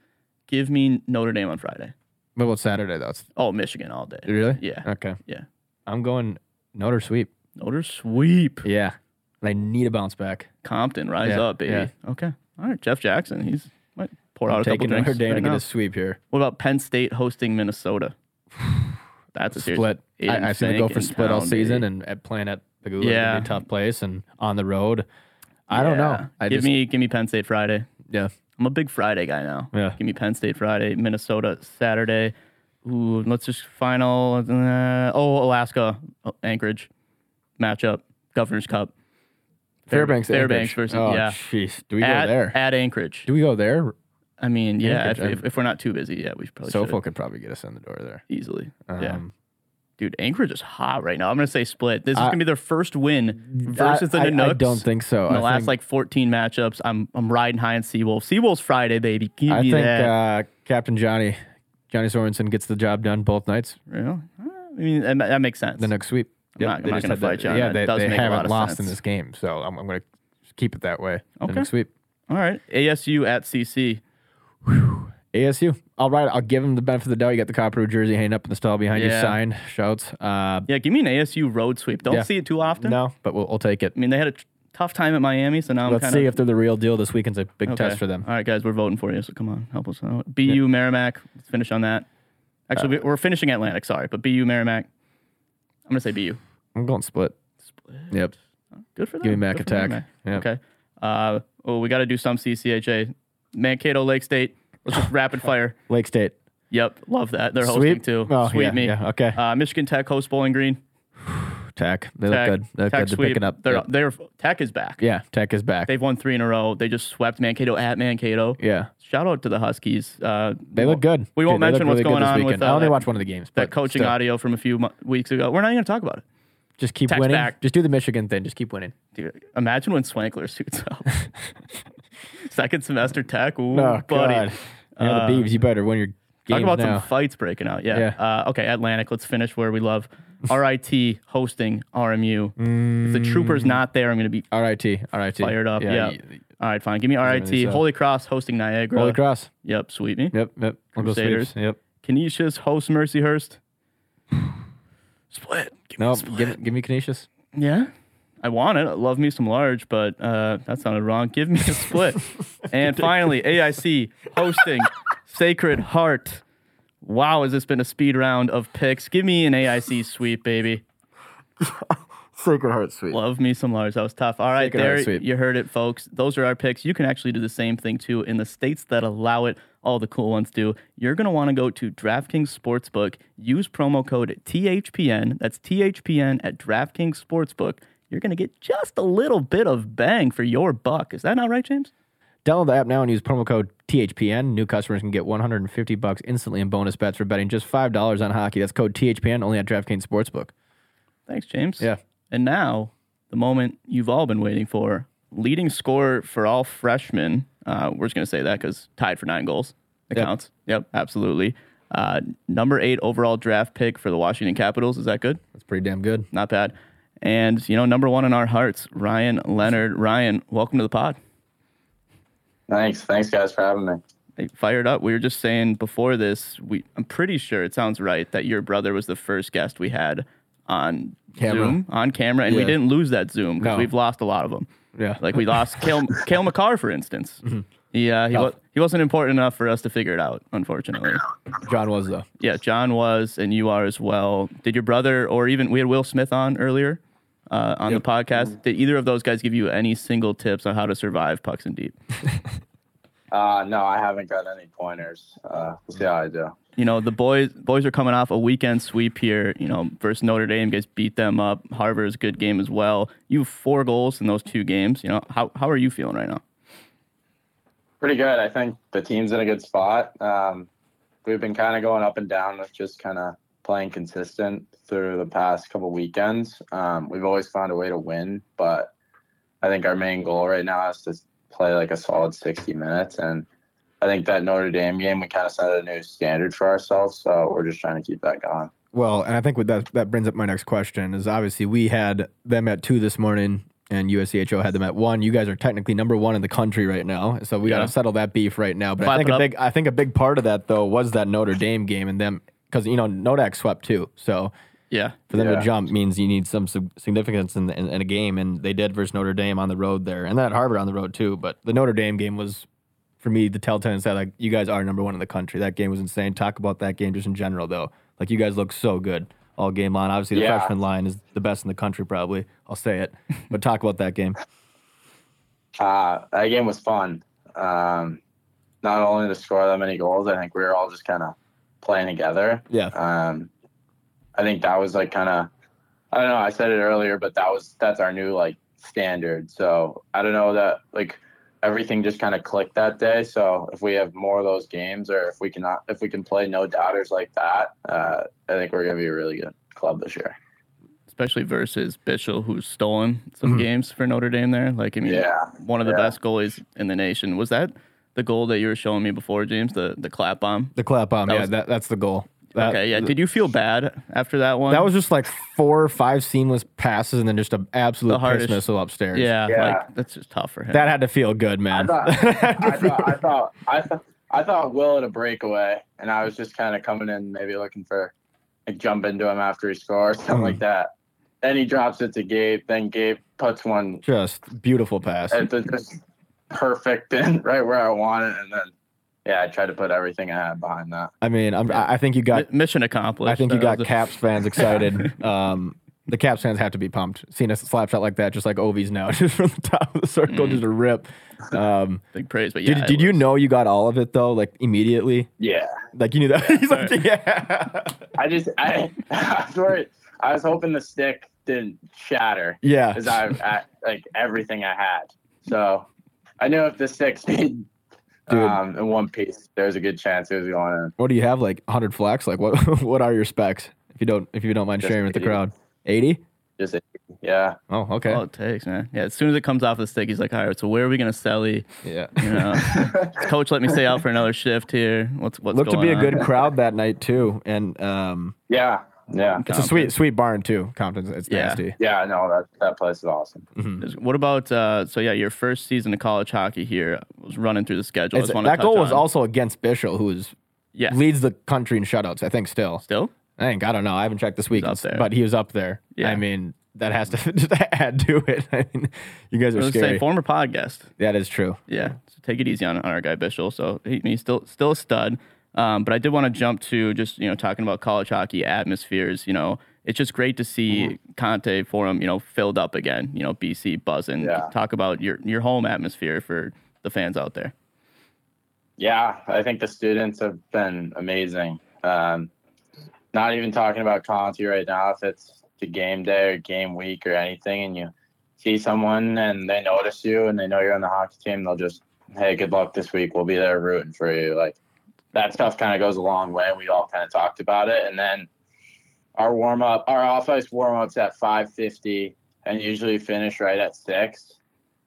Speaker 3: Give me Notre Dame on Friday.
Speaker 1: What about Saturday though? It's,
Speaker 3: Oh, Michigan all day.
Speaker 1: really?
Speaker 3: Yeah.
Speaker 1: Okay.
Speaker 3: Yeah.
Speaker 1: I'm going Notre sweep.
Speaker 3: Notre sweep.
Speaker 1: Yeah. And I need a bounce back.
Speaker 3: Compton, rise
Speaker 1: Yeah,
Speaker 3: up, baby.
Speaker 1: yeah.
Speaker 3: Okay. All right. Jeff Jackson. He's might pour
Speaker 1: I'm
Speaker 3: out a couple
Speaker 1: taking
Speaker 3: drinks.
Speaker 1: Notre Dame
Speaker 3: right
Speaker 1: to get
Speaker 3: now.
Speaker 1: a sweep here.
Speaker 3: What about Penn State hosting Minnesota? That's a serious-
Speaker 1: Split.
Speaker 3: Aiden
Speaker 1: I, I think go
Speaker 3: Fink
Speaker 1: for
Speaker 3: in
Speaker 1: split all
Speaker 3: town,
Speaker 1: season
Speaker 3: baby.
Speaker 1: and at playing at the Gula
Speaker 3: Yeah.
Speaker 1: yeah. be a tough place and on the road. I don't
Speaker 3: Yeah.
Speaker 1: know. I
Speaker 3: give
Speaker 1: just,
Speaker 3: me give me Penn State Friday.
Speaker 1: yeah.
Speaker 3: I'm a big Friday guy now.
Speaker 1: Yeah.
Speaker 3: Give me Penn State Friday, Minnesota Saturday. Ooh, let's just final. Uh, oh, Alaska, oh, Anchorage matchup, Governor's Cup.
Speaker 1: Fairbanks.
Speaker 3: Fairbanks
Speaker 1: Anchorage.
Speaker 3: versus-
Speaker 1: oh,
Speaker 3: yeah.
Speaker 1: Jeez. Do we
Speaker 3: at,
Speaker 1: go there?
Speaker 3: At Anchorage.
Speaker 1: Do we go there?
Speaker 3: I mean, yeah, if,
Speaker 1: Anchorage,
Speaker 3: if, if we're not too busy, yeah, we should probably
Speaker 1: Sofo
Speaker 3: should
Speaker 1: could probably get us in the door there.
Speaker 3: easily.
Speaker 1: Um,
Speaker 3: yeah. Dude, Anchorage is hot right now. I'm going to say split. This is going to be their first win versus the
Speaker 1: I,
Speaker 3: Nanooks.
Speaker 1: I, I don't think so.
Speaker 3: In the
Speaker 1: I
Speaker 3: last
Speaker 1: think,
Speaker 3: like 14 matchups, I'm I'm riding high on Seawolf. Seawolf's Friday, baby. Give
Speaker 1: I
Speaker 3: me
Speaker 1: think
Speaker 3: that.
Speaker 1: uh, Captain Johnny Johnny Sorensen gets the job done both nights.
Speaker 3: Really? Uh, I mean, that, ma- that makes sense.
Speaker 1: The next sweep.
Speaker 3: I'm not- I'm
Speaker 1: they
Speaker 3: not
Speaker 1: just
Speaker 3: gonna
Speaker 1: had that-
Speaker 3: fight you on
Speaker 1: Yeah,
Speaker 3: that.
Speaker 1: they,
Speaker 3: Does
Speaker 1: they
Speaker 3: make a lot
Speaker 1: haven't
Speaker 3: of
Speaker 1: lost
Speaker 3: sense.
Speaker 1: in this game, so I'm, I'm going to keep it that way. The
Speaker 3: Okay.
Speaker 1: next sweep.
Speaker 3: All right. ASU at CC.
Speaker 1: ASU. All right, I'll give him the benefit of the doubt. You got the Copperwood jersey hanging up in the stall behind
Speaker 3: Yeah.
Speaker 1: you, signed, shouts. Uh,
Speaker 3: Yeah, give me an ASU road sweep. Don't
Speaker 1: Yeah.
Speaker 3: see it too often.
Speaker 1: no, but we'll, we'll take it.
Speaker 3: I mean, they had a t- tough time at Miami, so now I'm
Speaker 1: Let's
Speaker 3: kind
Speaker 1: see
Speaker 3: of.
Speaker 1: if they're the real deal. This weekend's a big test for them.
Speaker 3: All right, guys, we're voting for you, so come on, help us out. BU Merrimack. Let's finish on that. Actually,
Speaker 1: Uh,
Speaker 3: we- we're finishing Atlantic, sorry, but BU Merrimack. I'm going to say BU.
Speaker 1: I'm going split.
Speaker 3: Split.
Speaker 1: Yep.
Speaker 3: Good for them.
Speaker 1: Give me Mac
Speaker 3: Good for
Speaker 1: attack.
Speaker 3: Merrimack.
Speaker 1: Yep.
Speaker 3: Okay. Uh, oh, we got to do some CCHA. Mankato Lake State. Let's just rapid fire.
Speaker 1: Lake State.
Speaker 3: Yep, love that. They're hosting
Speaker 1: Sweep?
Speaker 3: too.
Speaker 1: Oh,
Speaker 3: Sweep
Speaker 1: yeah,
Speaker 3: me.
Speaker 1: yeah, okay.
Speaker 3: Uh, Michigan Tech hosts Bowling Green.
Speaker 1: Tech. They
Speaker 3: Tech,
Speaker 1: look good. They look good.
Speaker 3: Tech
Speaker 1: They're
Speaker 3: sweep.
Speaker 1: picking up.
Speaker 3: They're,
Speaker 1: Yep.
Speaker 3: they're Tech is back.
Speaker 1: Yeah, Tech is back.
Speaker 3: They've won three in a row. They just swept Mankato at Mankato.
Speaker 1: yeah.
Speaker 3: Shout out to the Huskies. Uh,
Speaker 1: They look good.
Speaker 3: We won't
Speaker 1: Dude, they look
Speaker 3: mention what's
Speaker 1: really good
Speaker 3: going
Speaker 1: this
Speaker 3: on with
Speaker 1: weekend.
Speaker 3: uh,
Speaker 1: I only
Speaker 3: that,
Speaker 1: watched one of the games.
Speaker 3: that
Speaker 1: but
Speaker 3: coaching
Speaker 1: still,
Speaker 3: audio from a few mo- weeks ago. We're not even going to talk about it.
Speaker 1: Just keep
Speaker 3: Tech's
Speaker 1: winning.
Speaker 3: back.
Speaker 1: Just do the Michigan thing. Just keep winning.
Speaker 3: Dude, imagine when Swankler suits up. Second semester Tech. Ooh,
Speaker 1: Oh
Speaker 3: buddy. Uh,
Speaker 1: God. You know, the Beavs, you better win your
Speaker 3: Talk
Speaker 1: games
Speaker 3: about
Speaker 1: now.
Speaker 3: some fights breaking out. Yeah.
Speaker 1: Yeah.
Speaker 3: Uh, okay, Atlantic. Let's finish where we love. RIT hosting RMU. If the Troopers not there, I'm going to be
Speaker 1: RIT. RIT.
Speaker 3: fired up. Yeah.
Speaker 1: Mm. y-
Speaker 3: All right, fine. Give me RIT.
Speaker 1: so.
Speaker 3: Holy Cross hosting Niagara.
Speaker 1: Holy Cross.
Speaker 3: Yep, sweep me.
Speaker 1: Yep. Yep. I'll go
Speaker 3: Crusaders.
Speaker 1: sweeps. Yep.
Speaker 3: Canisius hosts Mercyhurst. Split. Give me
Speaker 1: No,
Speaker 3: a split.
Speaker 1: give, give me Canisius.
Speaker 3: Yeah. I want it. I love me some large, but uh, that sounded wrong. Give me a split. and finally, AIC hosting Sacred Heart. Wow, has this been a speed round of picks? Give me an AIC sweep, baby.
Speaker 2: Sacred Heart Suite.
Speaker 3: Love me some Lars. That was tough. All right,
Speaker 1: Sacred Heart
Speaker 3: there
Speaker 1: sweep.
Speaker 3: you heard it, folks. Those are our picks. You can actually do the same thing too in the states that allow it. All the cool ones do. You're gonna want to go to DraftKings Sportsbook. Use promo code THPN. That's THPN at DraftKings Sportsbook. You're gonna get just a little bit of bang for your buck. Is that not right, James?
Speaker 1: Download the app now and use promo code THPN. New customers can get 150 bucks instantly in bonus bets for betting just $5 on hockey. That's code THPN only at DraftKings Sportsbook.
Speaker 3: Thanks, James.
Speaker 1: Yeah.
Speaker 3: And now, the moment you've all been waiting for leading scorer for all freshmen. Uh, we're just going to say that because tied for nine goals. It
Speaker 1: Yep.
Speaker 3: counts. Yep, absolutely. Uh, number eight overall draft pick for the Washington Capitals. Is that good?
Speaker 1: That's pretty damn good.
Speaker 3: Not bad. And, you know, number one in our hearts, Ryan Leonard. Ryan, welcome to the pod.
Speaker 2: Thanks. Thanks, guys, for having me.
Speaker 3: Hey, fired up. We were just saying before this, we I'm pretty sure it sounds right that your brother was the first guest we had on
Speaker 1: Camera.
Speaker 3: Zoom, on camera, and we
Speaker 1: Yeah.
Speaker 3: didn't lose that Zoom because
Speaker 1: No.
Speaker 3: we've lost a lot of them.
Speaker 1: Yeah.
Speaker 3: Like we lost Kale, Kale McCarr, for instance.
Speaker 1: Mm-hmm.
Speaker 3: Yeah,
Speaker 1: Oh.
Speaker 3: he, wa- he wasn't important enough for us to figure it out, unfortunately.
Speaker 1: John was, though.
Speaker 3: Yeah, John was, and you are as well. Did your brother, or even we had Will Smith on earlier uh, on the podcast? Did either of those guys give you any single tips on how to survive pucks and deep?
Speaker 2: Uh, no, I haven't got any pointers. Uh, we'll see how I do.
Speaker 3: you know the boys boys are coming off a weekend sweep here. You know versus Notre Dame, guys beat them up. Harvard's a good game as well. You have four goals in those two games. You know how how are you feeling right now?
Speaker 2: Pretty good. I think the team's in a good spot. Um, we've been kind of going up and down with just kind of playing consistent through the past couple weekends. Um, we've always found a way to win, but I think our main goal right now is to play like a solid 60 minutes. And I think that Notre Dame game, we kind of set a new standard for ourselves. So we're just trying to keep that going.
Speaker 1: Well, and I think what that that brings up my next question is obviously we had them at two this morning, and USCHO had them at one. You guys are technically number one in the country right now, so we
Speaker 3: Yeah.
Speaker 1: got to settle that beef right now. But
Speaker 3: Clap
Speaker 1: I think
Speaker 3: it
Speaker 1: a
Speaker 3: up.
Speaker 1: big I think a big part of that though was that Notre Dame game and them because you know Nodak swept too, so
Speaker 3: Yeah,
Speaker 1: for them
Speaker 2: Yeah.
Speaker 1: to jump means you need some sig- significance in, in, in a game, and they did versus Notre Dame on the road there, and then at Harvard on the road too. But the Notre Dame game was, for me, the telltale sign like you guys are number one in the country. That game was insane. Talk about that game just in general though. Like you guys look so good all game long. Obviously, the
Speaker 2: Yeah.
Speaker 1: freshman line is the best in the country, probably. I'll say it. But talk about that game.
Speaker 2: Uh, that game was fun. Um, not only to score that many goals, I think we were all just kind of playing together.
Speaker 1: Yeah,
Speaker 2: Um, I think that was like kind of, I don't know, I said it earlier, but that was, that's our new like standard. So I don't know that like everything just kind of clicked that day. So if we have more of those games or if we cannot, if we can play no doubters like that, uh, I think we're going to be a really good club this year.
Speaker 3: especially versus Bischel, who's stolen some
Speaker 1: Mm-hmm.
Speaker 3: games for Notre Dame there. Like I mean,
Speaker 2: Yeah,
Speaker 3: one of the
Speaker 2: yeah.
Speaker 3: best goalies in the nation. Was that the goal that you were showing me before, James? The the clap bomb.
Speaker 1: the clap bomb.
Speaker 3: That
Speaker 1: yeah,
Speaker 3: was-
Speaker 1: that, that's the goal. That-
Speaker 3: okay, yeah. Did you feel bad after that one?
Speaker 1: That was just like four or five seamless passes, and then just an absolute piss
Speaker 3: hardest-
Speaker 1: missile upstairs.
Speaker 3: yeah,
Speaker 2: Yeah.
Speaker 3: Like, that's just tough for him.
Speaker 1: that had to feel good, man.
Speaker 2: I thought, I thought, I thought, I thought, I thought Will had a breakaway, and I was just kind of coming in, maybe looking for a jump into him after he scores, something like that. Then he drops it to Gabe. Then Gabe puts one
Speaker 1: Just beautiful pass.
Speaker 2: at the just perfect and right where I want it, and then yeah, I tried to put everything I had behind that.
Speaker 1: I mean, I'm, I I think you
Speaker 3: Mi-
Speaker 1: got.
Speaker 3: mission accomplished.
Speaker 1: I think you
Speaker 3: That
Speaker 1: got
Speaker 3: was a-
Speaker 1: Caps fans excited. um, the Caps fans have to be pumped. Seeing a slap shot like that, just like Ovi's now, just from the top of the circle, just a rip. Um,
Speaker 3: big praise. But Mm. yeah,
Speaker 1: did
Speaker 3: it
Speaker 1: did you
Speaker 3: was-
Speaker 1: know you got all of it though? Like immediately,
Speaker 2: Yeah,
Speaker 1: like you knew that. He's like, yeah,
Speaker 2: I just I, I swear it- I was hoping the stick didn't shatter
Speaker 1: yeah.
Speaker 2: because I, I like everything I had. So I knew if the stick stayed
Speaker 1: Dude.
Speaker 2: um, in one piece, there's a good chance it was going in.
Speaker 1: What do you have? Like 100 flex? Like what? what are your specs? If you don't, if you don't mind
Speaker 2: Just
Speaker 1: sharing with the
Speaker 2: 80.
Speaker 1: crowd, 80.
Speaker 2: Just yeah,
Speaker 1: Oh, okay.
Speaker 3: All it takes, man. Yeah, as soon as it comes off the stick, he's like, all right, so where are we gonna sally?
Speaker 1: yeah.
Speaker 3: You know, coach let me stay out for another shift here. What's what's
Speaker 1: Looked to
Speaker 3: going
Speaker 1: be a
Speaker 3: on?
Speaker 1: good crowd that night too, and um,
Speaker 2: yeah, yeah,
Speaker 1: it's a sweet, sweet barn too. Compton's, it's
Speaker 3: Yeah.
Speaker 1: nasty. Mm-hmm.
Speaker 2: yeah. No, that that place is awesome.
Speaker 3: What about uh, so yeah, your first season of college hockey here I was running through the schedule. I
Speaker 1: It's-
Speaker 3: just wanna
Speaker 1: that
Speaker 3: touch
Speaker 1: goal was
Speaker 3: on-
Speaker 1: also against Bishel, who is
Speaker 3: yeah
Speaker 1: leads the country in shutouts. I think still.
Speaker 3: still
Speaker 1: I I think I don't know. I haven't checked this week,
Speaker 3: up there.
Speaker 1: but he was up there.
Speaker 3: Yeah.
Speaker 1: I mean, that has to just add to it. I mean, you guys are
Speaker 3: Let's say
Speaker 1: scary.
Speaker 3: former podcast.
Speaker 1: That is true.
Speaker 3: Yeah, so take it easy on, on our guy Bishel. So he, he's still still a stud. Um, but I did want to jump to just you know talking about college hockey atmospheres. You know, it's just great to see
Speaker 2: Mm-hmm.
Speaker 3: Conte Forum you know filled up again. You know, BC buzzing.
Speaker 2: Yeah.
Speaker 3: Talk about your your home atmosphere for the fans out there.
Speaker 2: Yeah, I think the students have been amazing. Um, not even talking about Conti right now. If it's the game day or game week or anything, and you see someone and they notice you and they know you're on the hockey team, they'll just, hey, good luck this week. We'll be there rooting for you. Like that stuff kind of goes a long way. We all kind of talked about it, and then our warm up, our off ice warm ups at five fifty, and usually finish right at six.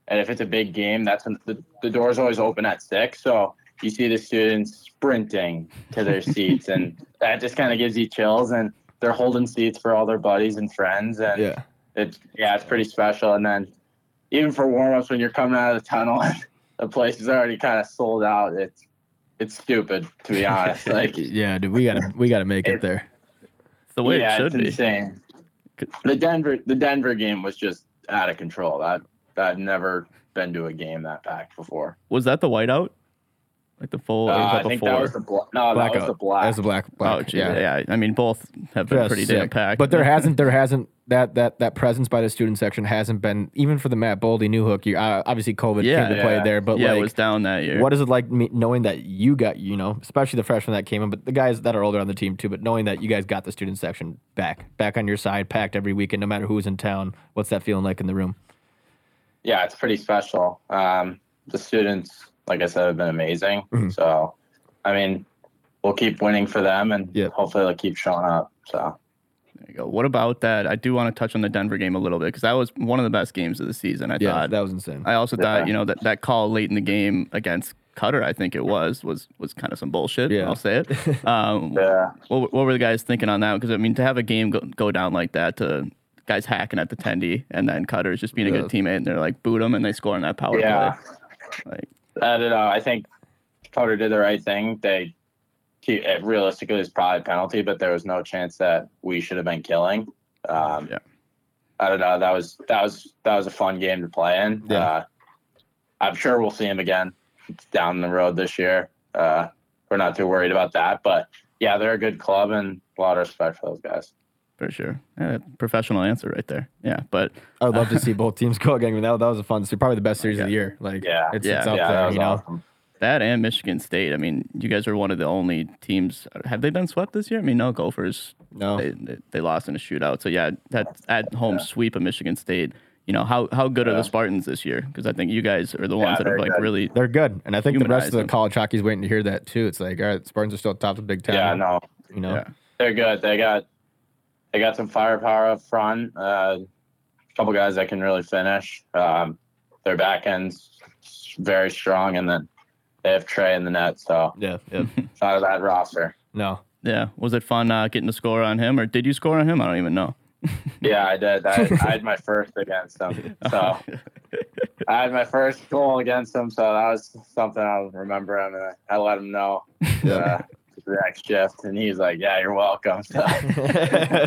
Speaker 2: And if it's a big game, that's when the, the doors always open at six. So you see the students sprinting to their seats and that just kind of gives you chills and they're holding seats for all their buddies and friends and
Speaker 1: Yeah.
Speaker 2: it's yeah it's pretty special and then even for warm-ups when you're coming out of the tunnel and the place is already kind of sold out it's it's stupid to be honest like
Speaker 1: Yeah, dude, we gotta we gotta make it there.
Speaker 3: It's the way
Speaker 2: yeah,
Speaker 3: it should
Speaker 2: it's
Speaker 3: be.
Speaker 2: insane. The Denver the Denver game was just out of control. That I've never been to a game that packed before.
Speaker 3: Was that the whiteout? Like the full? or
Speaker 2: Uh,
Speaker 3: was
Speaker 2: I
Speaker 3: that the
Speaker 2: think
Speaker 3: four?
Speaker 2: that was the bla- no, that was the black.
Speaker 1: That's the black.
Speaker 3: Oh,
Speaker 1: black.
Speaker 3: gee, yeah. I mean, both have been
Speaker 1: Just
Speaker 3: pretty
Speaker 1: sick.
Speaker 3: damn packed.
Speaker 1: But there hasn't there hasn't that that that presence by the student section hasn't been even for the Matt Boldy New Hook. You uh, obviously COVID
Speaker 3: Yeah.
Speaker 1: came to play
Speaker 2: Yeah.
Speaker 1: there, but
Speaker 3: yeah,
Speaker 1: like
Speaker 3: it was down that year.
Speaker 1: What is it like me- knowing that you got, you know, especially the freshmen that came in, but the guys that are older on the team too, but knowing that you guys got the student section back, back on your side, packed every weekend, no matter who's in town. What's that feeling like in the room?
Speaker 2: yeah, it's pretty special. Um, the students, like I said, have been amazing.
Speaker 3: Mm-hmm.
Speaker 2: So, I mean, we'll keep winning for them, and
Speaker 1: Yeah.
Speaker 2: hopefully they'll keep showing up. So,
Speaker 3: There you go. What about that? I do want to touch on the Denver game a little bit because that was one of the best games of the season. I
Speaker 1: Yeah,
Speaker 3: thought.
Speaker 1: that was insane.
Speaker 3: I also
Speaker 2: Yeah.
Speaker 3: thought you know that that call late in the game against Cutter, I think it was, was was kind of some bullshit.
Speaker 1: Yeah.
Speaker 3: I'll say it. Um,
Speaker 2: yeah,
Speaker 3: what, what were the guys thinking on that? Because I mean, to have a game go, go down like that, to guys hacking at the tendy, and then Cutter's just being a good teammate, and they're like boot them, and they score on that power
Speaker 2: yeah.
Speaker 3: play. Like,
Speaker 2: I don't know. I think Coder did the right thing. They he- it realistically is probably a penalty, but there was no chance that we should have been killing. Um,
Speaker 3: Yeah.
Speaker 2: I don't know. That was that was that was a fun game to play in.
Speaker 1: Yeah.
Speaker 2: Uh, I'm sure we'll see him again down the road this year. Uh, we're not too worried about that, but yeah, they're a good club and a lot of respect for those guys.
Speaker 3: for sure. Yeah, professional answer right there. Yeah, but
Speaker 1: I would love to see both teams go again. I mean, that, that was a fun, see, probably the best series of the year. Like,
Speaker 2: Yeah.
Speaker 1: it's,
Speaker 3: Yeah.
Speaker 1: it's up
Speaker 2: yeah, that
Speaker 1: there,
Speaker 2: was
Speaker 1: you know.
Speaker 2: awesome.
Speaker 3: That and Michigan State. I mean, you guys are one of the only teams. Have they been swept this year? I mean, no, Gophers.
Speaker 1: No.
Speaker 3: They, they, they lost in a shootout. So, yeah, that at home sweep of Michigan State. You know, how, how good are the Spartans this year? Because I think you guys are the ones that are
Speaker 2: very
Speaker 3: like
Speaker 2: good.
Speaker 3: really.
Speaker 1: They're good, and I think the rest
Speaker 3: Humanize
Speaker 1: of the
Speaker 3: them.
Speaker 1: college hockey's waiting to hear that too. It's like, all right, Spartans are still top of Big Ten.
Speaker 2: Yeah, no,
Speaker 1: you know,
Speaker 3: Yeah.
Speaker 2: They're good. They got they got some firepower up front. Uh, a couple guys that can really finish. Um, their back end's very strong, and then they have Trey in the net. So
Speaker 1: yeah, yeah.
Speaker 2: it's not a bad roster.
Speaker 1: no,
Speaker 3: Yeah. Was it fun uh, getting to score on him or did you score on him? I don't even know.
Speaker 2: Yeah, I did. I, I had my first against them. So I had my first goal against them. So that was something I'll remember. And I- I let him know uh, the next shift, and he's like, "Yeah, you're welcome." So,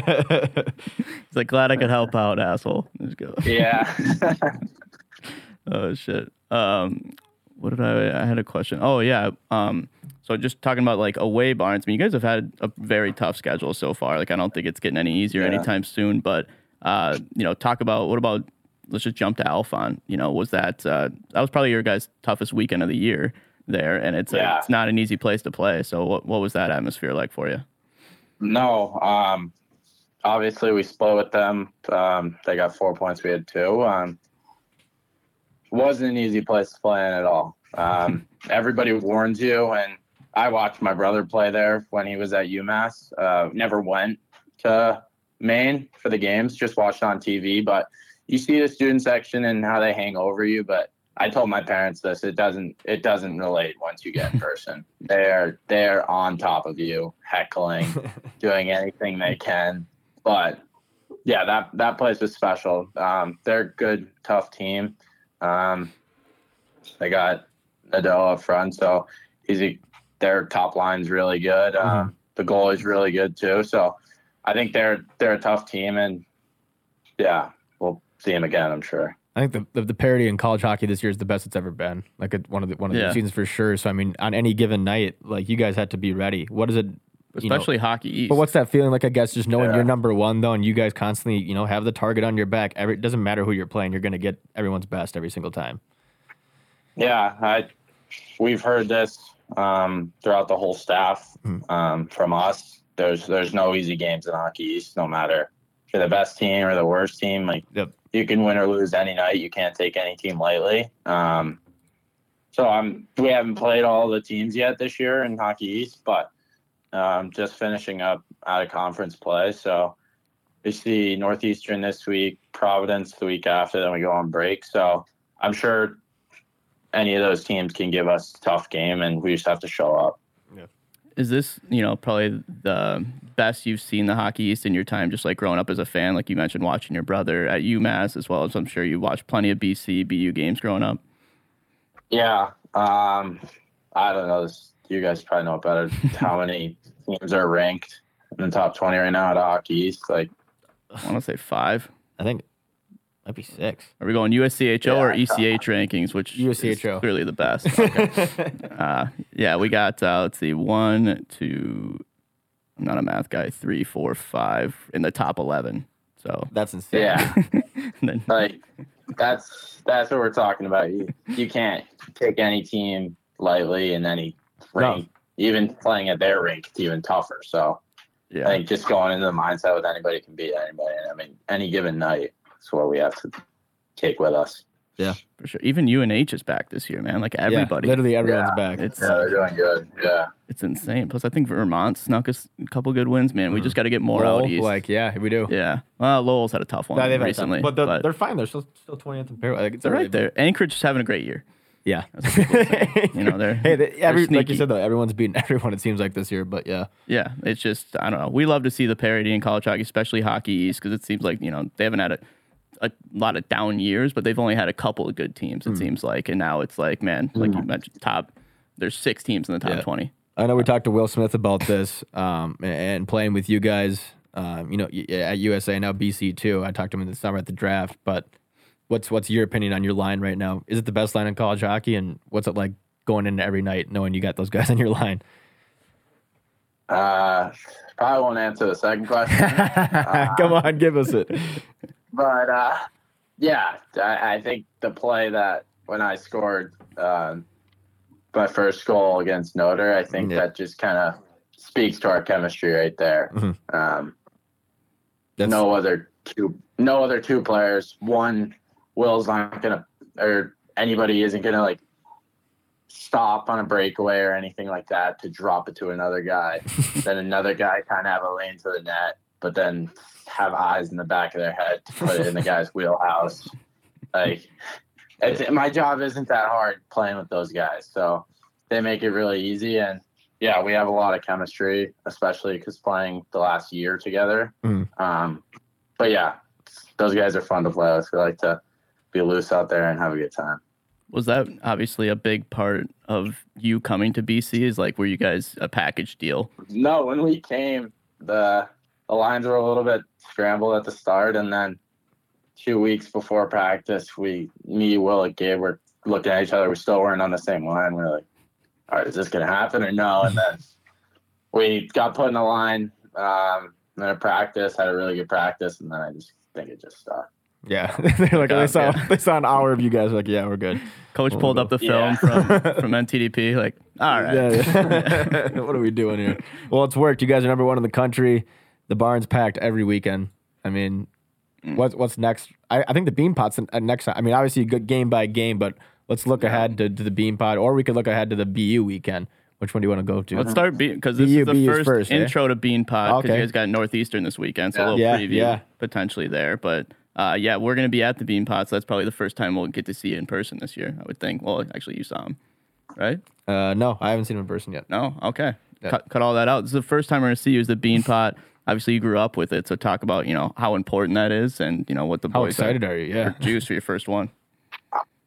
Speaker 3: He's like, glad I could help out, asshole. Let's go.
Speaker 2: yeah.
Speaker 3: Oh shit. Um, what did I? I had a question. Oh yeah. Um, so just talking about like away barns. I mean, you guys have had a very tough schedule so far. Like, I don't think it's getting any easier
Speaker 2: Yeah.
Speaker 3: anytime soon. But uh, you know, talk about what about? Let's just jump to Alphon. You know, was that uh, that was probably your guys' toughest weekend of the year there, and it's uh,
Speaker 2: Yeah.
Speaker 3: it's not an easy place to play. So what what was that atmosphere like for you?
Speaker 2: No. Um, obviously, we split with them. Um, they got four points. We had two. Um, wasn't an easy place to play in at all. Um, everybody warns you, and I watched my brother play there when he was at UMass. Uh, never went to Maine for the games, just watched on TV. But you see the student section and how they hang over you. But I told my parents this: it doesn't it doesn't relate once you get in person. they're they're on top of you, heckling, doing anything they can. But yeah, that that place was special. Um, they're a good, tough team. Um, they got Nadal up front, so he's a, their top line's really good. Um, The goalie's really good too. So I think they're they're a tough team, and yeah, we'll see them again. I'm sure.
Speaker 1: I think the, the the parity in college hockey this year is the best it's ever been. Like it- one of the one of
Speaker 3: Yeah.
Speaker 1: the seasons for sure. So I mean, on any given night, like you guys had to be ready. What is it? you know-
Speaker 3: especially hockey east.
Speaker 1: but what's that feeling like? I guess just knowing
Speaker 2: Yeah.
Speaker 1: you're number one though, and you guys constantly, you know, have the target on your back. Every it doesn't matter who you're playing, you're gonna get everyone's best every single time.
Speaker 2: Yeah, I we've heard this um, throughout the whole staff
Speaker 1: Mm.
Speaker 2: um, from us. There's there's no easy games in hockey East, no matter if you're the best team or the worst team. Like
Speaker 1: Yep.
Speaker 2: you can win or lose any night. You can't take any team lightly. Um, so I'm we haven't played all the teams yet this year in hockey East, but um, just finishing up out of conference play. So we see Northeastern this week, Providence the week after, then we go on break. So I'm sure any of those teams can give us a tough game and we just have to show up.
Speaker 3: is this? You know, probably the best you've seen the hockey east in your time, just like growing up as a fan, like you mentioned, watching your brother at UMass, as well as I'm sure you watched plenty of BC BU games growing up.
Speaker 2: Yeah. Um, I don't know. This, you guys probably know better how many teams are ranked in the top 20 right now at Hockey East. Like,
Speaker 3: I want to say five.
Speaker 1: I think might be six.
Speaker 3: Are we going USCHO or
Speaker 2: Yeah.
Speaker 3: ECH rankings? Which is
Speaker 1: USCHO.
Speaker 3: clearly the best. uh, yeah, we got uh, let's see, one, two. I'm not a math guy. Three, four, five in the top eleven. So
Speaker 1: That's insane.
Speaker 2: yeah,
Speaker 3: and then
Speaker 2: like that's that's what we're talking about. You, you can't take any team lightly in any
Speaker 1: No.
Speaker 2: rink. Even playing at their rink, it's even tougher. So I
Speaker 3: yeah,
Speaker 2: think just going into the mindset with anybody can beat anybody. And I mean, any given night, it's what we have to take with us.
Speaker 3: for sure. Even UNH is back this year, man. Like
Speaker 1: Yeah,
Speaker 3: everybody.
Speaker 1: literally everyone's
Speaker 2: Yeah.
Speaker 1: back.
Speaker 3: It's
Speaker 2: Yeah, they're doing good. Yeah.
Speaker 3: it's insane. Plus, I think Vermont snuck us a couple good wins, man. We just got to get more
Speaker 1: Mm. Lowell,
Speaker 3: out east.
Speaker 1: like yeah, we do.
Speaker 3: yeah, well, Lowell's had a tough one
Speaker 1: No, they've had some,
Speaker 3: recently,
Speaker 1: but they're, they're fine. They're still still twentieth in parallel. Like, it's
Speaker 3: they're
Speaker 1: already-
Speaker 3: right there. Anchorage is having a great year.
Speaker 1: Yeah.
Speaker 3: You know, they're
Speaker 1: Hey, they, every,
Speaker 3: they're
Speaker 1: like you
Speaker 3: sneaky.
Speaker 1: said though, everyone's beating everyone. It seems like this year, but yeah,
Speaker 3: Yeah, it's just I don't know. We love to see the parity in college hockey, especially hockey East, because it seems like you know they haven't had a, a lot of down years, but they've only had a couple of good teams.
Speaker 1: Mm.
Speaker 3: It seems like, and now it's like man, like you mentioned, top there's six teams in the top
Speaker 1: Yeah.
Speaker 3: twenty.
Speaker 1: I know we talked to Will Smith about this um, and- and playing with you guys, um, you know, y- at USA now BC too. I talked to him in the summer at the draft, but what's what's your opinion on your line right now? Is it the best line in college hockey, and what's it like going into every night knowing you got those guys on your line?
Speaker 2: Uh, probably won't answer the second question, Uh,
Speaker 1: Come on, give us it.
Speaker 2: but uh, yeah, I, I think the play that when I scored uh, my first goal against Notre, I think
Speaker 1: Yeah.
Speaker 2: that just kind of speaks to our chemistry right there.
Speaker 1: Mhm.
Speaker 2: Um,
Speaker 1: That's,
Speaker 2: no other two, no other two players. One, Will's not gonna, or anybody isn't gonna like stop on a breakaway or anything like that to drop it to another guy. then another guy kind of have a lane to the net, but then have eyes in the back of their head to put it in the guy's wheelhouse. Like, it's, my job isn't that hard playing with those guys, so they make it really easy. And yeah, we have a lot of chemistry, especially because playing the last year together.
Speaker 1: Mm.
Speaker 2: Um, but yeah, those guys are fun to play with. We like to be loose out there and have a good time.
Speaker 3: Was that obviously a big part of you coming to BC? Is like were you guys a package deal?
Speaker 2: No, when we came, the the lines were a little bit scrambled at the start, and then two weeks before practice, we me, Will, and Gabe were looking at each other. We still weren't on the same line. We were like, "All right, is this gonna happen or no?" And then we got put in a line. Um, and then I practice had a really good practice, and then I just think it just stuck.
Speaker 1: yeah, they're like
Speaker 3: Yeah,
Speaker 1: they saw
Speaker 3: yeah.
Speaker 1: they saw an hour of you guys. Like yeah, we're good.
Speaker 3: Coach pulled up the
Speaker 2: Yeah.
Speaker 3: film from from NTDP. Like all right,
Speaker 1: Oh, Yeah, yeah. what are we doing here? Well, it's worked. You guys are number one in the country. The barn's packed every weekend. I mean, what's what's next? I, I think the bean pot's uh, next. I mean, obviously, good game by game, but let's look ahead to, to the bean pot, or we could look ahead to the BU weekend. Which one do you want to go to?
Speaker 3: Let's start because this
Speaker 1: BU
Speaker 3: is the
Speaker 1: is
Speaker 3: first,
Speaker 1: first, eh?
Speaker 3: intro to Bean Pod because
Speaker 1: Okay.
Speaker 3: you guys got Northeastern this weekend, so a little
Speaker 1: Yeah,
Speaker 3: preview
Speaker 1: yeah.
Speaker 3: potentially there. But uh, yeah, we're gonna be at the Bean Pod, so that's probably the first time we'll get to see you in person this year. I would think. Well, actually, you saw him, right?
Speaker 1: Uh, no, I haven't seen him in person yet.
Speaker 3: No, okay. Cut, cut all that out. This is the first time we're gonna see you. Is the Bean Pod? Obviously, you grew up with it, so talk about you know how important that is, and you know what the
Speaker 1: How
Speaker 3: boys
Speaker 1: excited are you? Yeah.
Speaker 3: for juice for your first one.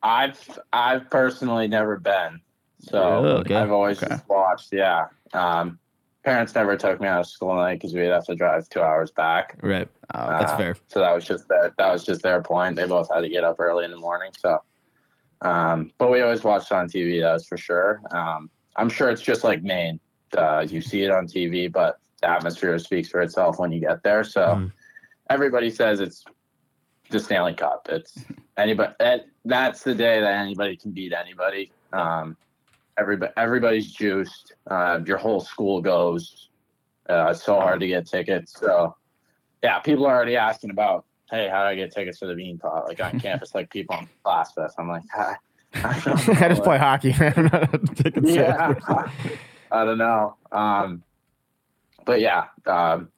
Speaker 2: I've I've personally never been, so
Speaker 3: Really?
Speaker 2: I've always
Speaker 3: Okay.
Speaker 2: just watched. Yeah, um, parents never took me out of school night because we'd have to drive two hours back.
Speaker 1: Right.
Speaker 3: Uh,
Speaker 1: That's
Speaker 2: Uh,
Speaker 1: fair.
Speaker 2: So that was just that. That was just their point. They both had to get up early in the morning. So, um, but we always watched on TV. That was for sure. Um, I'm sure it's just like Maine. Uh, you see it on TV, but the atmosphere speaks for itself when you get there. So
Speaker 1: Mm.
Speaker 2: everybody says it's the Stanley Cup. It's anybody. That, that's the day that anybody can beat anybody. Um, everybody, everybody's juiced. Uh, your whole school goes. Uh, it's so hard to get tickets. So yeah, people are already asking about, hey, how do I get tickets for the bean pot? Like on campus, like people on class fest. I'm like, I, I, don't know.
Speaker 1: I just play hockey. I'm not a ticket sales
Speaker 2: Yeah,
Speaker 1: person.
Speaker 2: I don't know. Um, but yeah, um,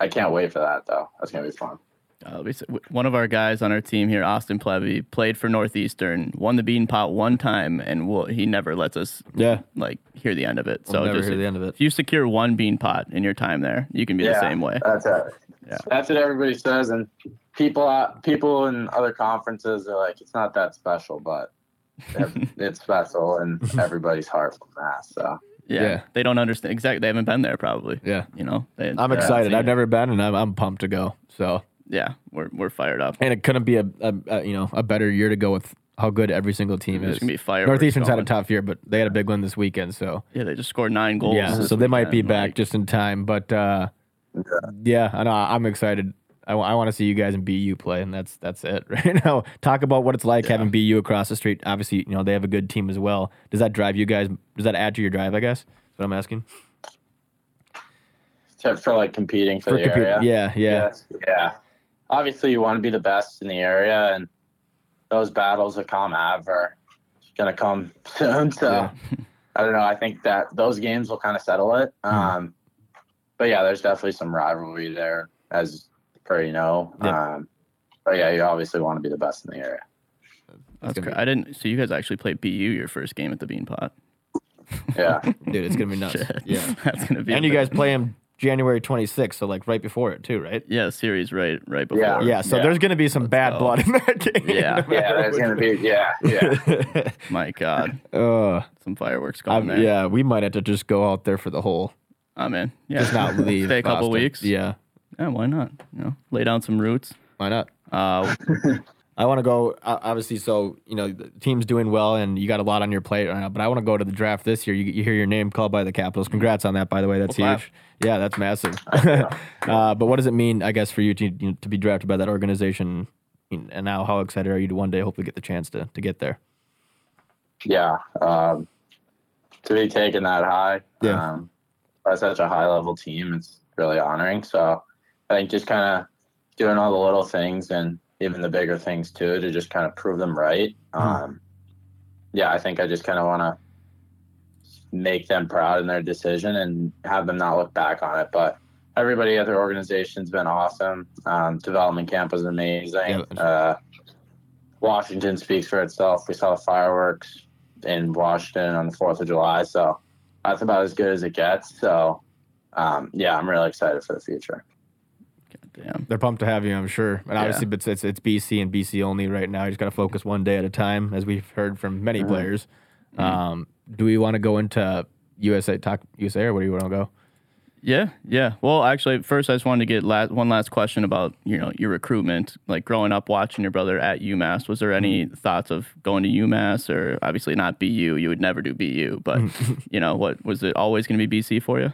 Speaker 2: I can't wait for that though. That's gonna be fun.
Speaker 3: Uh, we s- w- one of our guys on our team here, Austin Plevy, played for Northeastern, won the Bean Pot one time, and we'll, he never lets us
Speaker 1: Yeah.
Speaker 3: like hear the end of it.
Speaker 1: So
Speaker 3: so
Speaker 1: never
Speaker 3: just
Speaker 1: hear the end of it.
Speaker 3: if you secure one Bean Pot in your time there, you can be the
Speaker 2: Yeah.
Speaker 3: same way.
Speaker 2: That's it.
Speaker 3: Yeah.
Speaker 2: That's what everybody says, and people uh, people in other conferences are like, it's not that special, but it- it's special in everybody's heart from that. So
Speaker 3: Yeah,
Speaker 1: yeah.
Speaker 3: they don't understand exactly. They haven't been there probably.
Speaker 1: Yeah.
Speaker 3: You know, they,
Speaker 1: I'm
Speaker 3: they haven't
Speaker 1: excited.
Speaker 3: seen
Speaker 1: I've
Speaker 3: it.
Speaker 1: never been, and I'm, I'm pumped to go. So,
Speaker 3: Yeah, we're we're fired up.
Speaker 1: and it couldn't be a, a, a you know a better year to go with how good every single team
Speaker 3: There's
Speaker 1: is.
Speaker 3: gonna be fireworks.
Speaker 1: Northeastern's had a
Speaker 3: going.
Speaker 1: tough year, but they had a big one this weekend. So
Speaker 3: Yeah, they just scored nine goals.
Speaker 1: yeah, so
Speaker 3: this
Speaker 1: they might be
Speaker 3: weekend,
Speaker 1: back
Speaker 3: like-
Speaker 1: just in time. But uh, yeah, I know I'm excited. I want to see you guys in BU play, and that's that's it right now. Talk about what it's like having BU across the street. Obviously, you know they have a good team as well. Does that drive you guys? Does that add to your drive? I guess that's what I'm asking.
Speaker 2: except for like competing for, the
Speaker 1: compu-
Speaker 2: area.
Speaker 1: yeah, yeah,
Speaker 2: Yes, yeah. Obviously, you want to be the best in the area, and those battles that come out are going to come soon. So
Speaker 1: Yeah.
Speaker 2: I don't know. I think that those games will kind of settle it.
Speaker 1: Hmm.
Speaker 2: Um, but yeah, there's definitely some rivalry there, as per you know.
Speaker 1: Yeah.
Speaker 2: Um, but yeah, you obviously want to be the best in the area.
Speaker 3: That's
Speaker 1: gonna
Speaker 3: cra-
Speaker 1: be-
Speaker 3: I didn't. So you guys actually played BU your first game at the Bean Pot.
Speaker 2: Yeah,
Speaker 1: dude, it's gonna be nuts.
Speaker 3: Shit.
Speaker 1: Yeah,
Speaker 3: that's gonna be.
Speaker 1: and
Speaker 3: a
Speaker 1: you
Speaker 3: bit-
Speaker 1: guys play them January 26th, so like right before it too, right?
Speaker 3: Yeah, series right right before.
Speaker 2: Yeah.
Speaker 1: Yeah, so
Speaker 2: Yeah.
Speaker 1: there's gonna be some bad
Speaker 3: go.
Speaker 1: blood in that game.
Speaker 3: Yeah.
Speaker 2: yeah. There's going to be yeah, yeah.
Speaker 1: yeah.
Speaker 3: My God,
Speaker 1: uh,
Speaker 3: some fireworks going
Speaker 1: I'm-
Speaker 3: there.
Speaker 1: yeah, we might have to just go out there for the whole
Speaker 3: I'm in. Yeah,
Speaker 1: just not leave.
Speaker 3: Stay a couple
Speaker 1: Boston.
Speaker 3: weeks.
Speaker 1: Yeah,
Speaker 3: Yeah, why not? You know, lay down some roots.
Speaker 1: why not?
Speaker 3: Uh,
Speaker 1: I want to go. o- Obviously, so you know, the team's doing well, and you got a lot on your plate right now. But I want to go to the draft this year. You, you hear your name called by the Capitals. Congrats on that, by the way. That's
Speaker 3: Well, clap.
Speaker 1: huge. Yeah, that's massive. uh, but what does it mean, I guess, for you to you know, to be drafted by that organization? And now, how excited are you to one day hopefully get the chance to to get there?
Speaker 2: yeah um, to be taken that high
Speaker 1: Yeah.
Speaker 2: um, by such a high level team it's really honoring so i think just kind of doing all the little things and even the bigger things too to just kind of prove them right um, yeah i think i just kind of want to make them proud in their decision and have them not look back on it but everybody at their organization's been awesome um, development camp was amazing
Speaker 1: Yeah.
Speaker 2: uh, washington speaks for itself we saw fireworks in Washington on the Fourth of July. So that's about as good as it gets. So um, yeah, I'm really excited for the future.
Speaker 3: damn.
Speaker 1: They're pumped to have you, I'm sure. And
Speaker 3: Yeah.
Speaker 1: obviously, but it's, it's BC and BC only right now. You just got to focus one day at a time, as we've heard from many players.
Speaker 2: Mm-hmm.
Speaker 1: Um, do we want to go into USA talk USA or where do you want to go?
Speaker 3: Yeah, yeah. Well, actually, first I just wanted to get last, one last question about you know your recruitment. Like growing up, watching your brother at UMass, was there any
Speaker 1: Mm-hmm.
Speaker 3: thoughts of going to UMass or obviously not BU? You would never do BU, but you know what was it always going to be BC for you?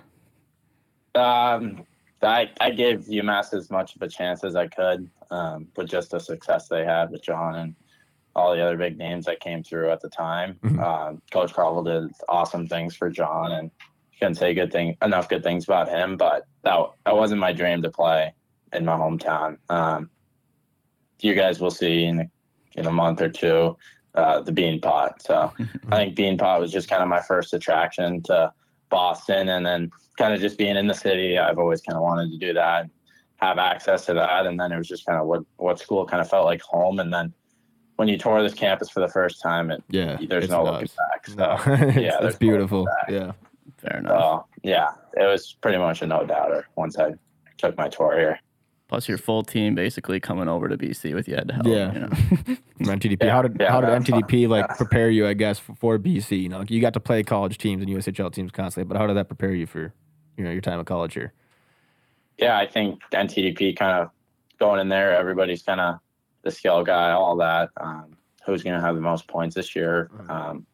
Speaker 2: Um, I, I gave UMass as much of a chance as I could um, with just the success they had with John and all the other big names that came through at the time.
Speaker 1: Mhm.
Speaker 2: Um, Coach Carvel did awesome things for John, and couldn't say good thing enough good things about him. But that that wasn't my dream to play in my hometown. Um, you guys will see in in a month or two uh, the Bean Pot. So I think Bean Pot was just kind of my first attraction to Boston, and then kind of just being in the city. I've always kind of wanted to do that, have access to that, and then it was just kind of what what school kind of felt like home. And then when you tour this campus for the first time, it,
Speaker 1: Yeah,
Speaker 2: there's no looking back. So
Speaker 1: No, it's,
Speaker 2: yeah,
Speaker 1: it's
Speaker 2: there's no
Speaker 1: beautiful. Yeah,
Speaker 3: Fair enough.
Speaker 1: Uh,
Speaker 2: so yeah, it was pretty much a no doubter once I took my tour here.
Speaker 3: Plus your full team basically coming over to BC with you had to help.
Speaker 1: Yeah.
Speaker 3: you know?
Speaker 1: from NTDP.
Speaker 2: Yeah,
Speaker 1: how did
Speaker 2: yeah,
Speaker 1: how did
Speaker 2: that's fun.
Speaker 1: NTDP like
Speaker 2: Yeah.
Speaker 1: prepare you? I guess for, for BC, you know, you got to play college teams and USHL teams constantly, but how did that prepare you for you know your time at college here?
Speaker 2: yeah, I think NTDP kind of going in there. Everybody's kind of the scale guy, all that. Um, who's going to have the most points this year? Um,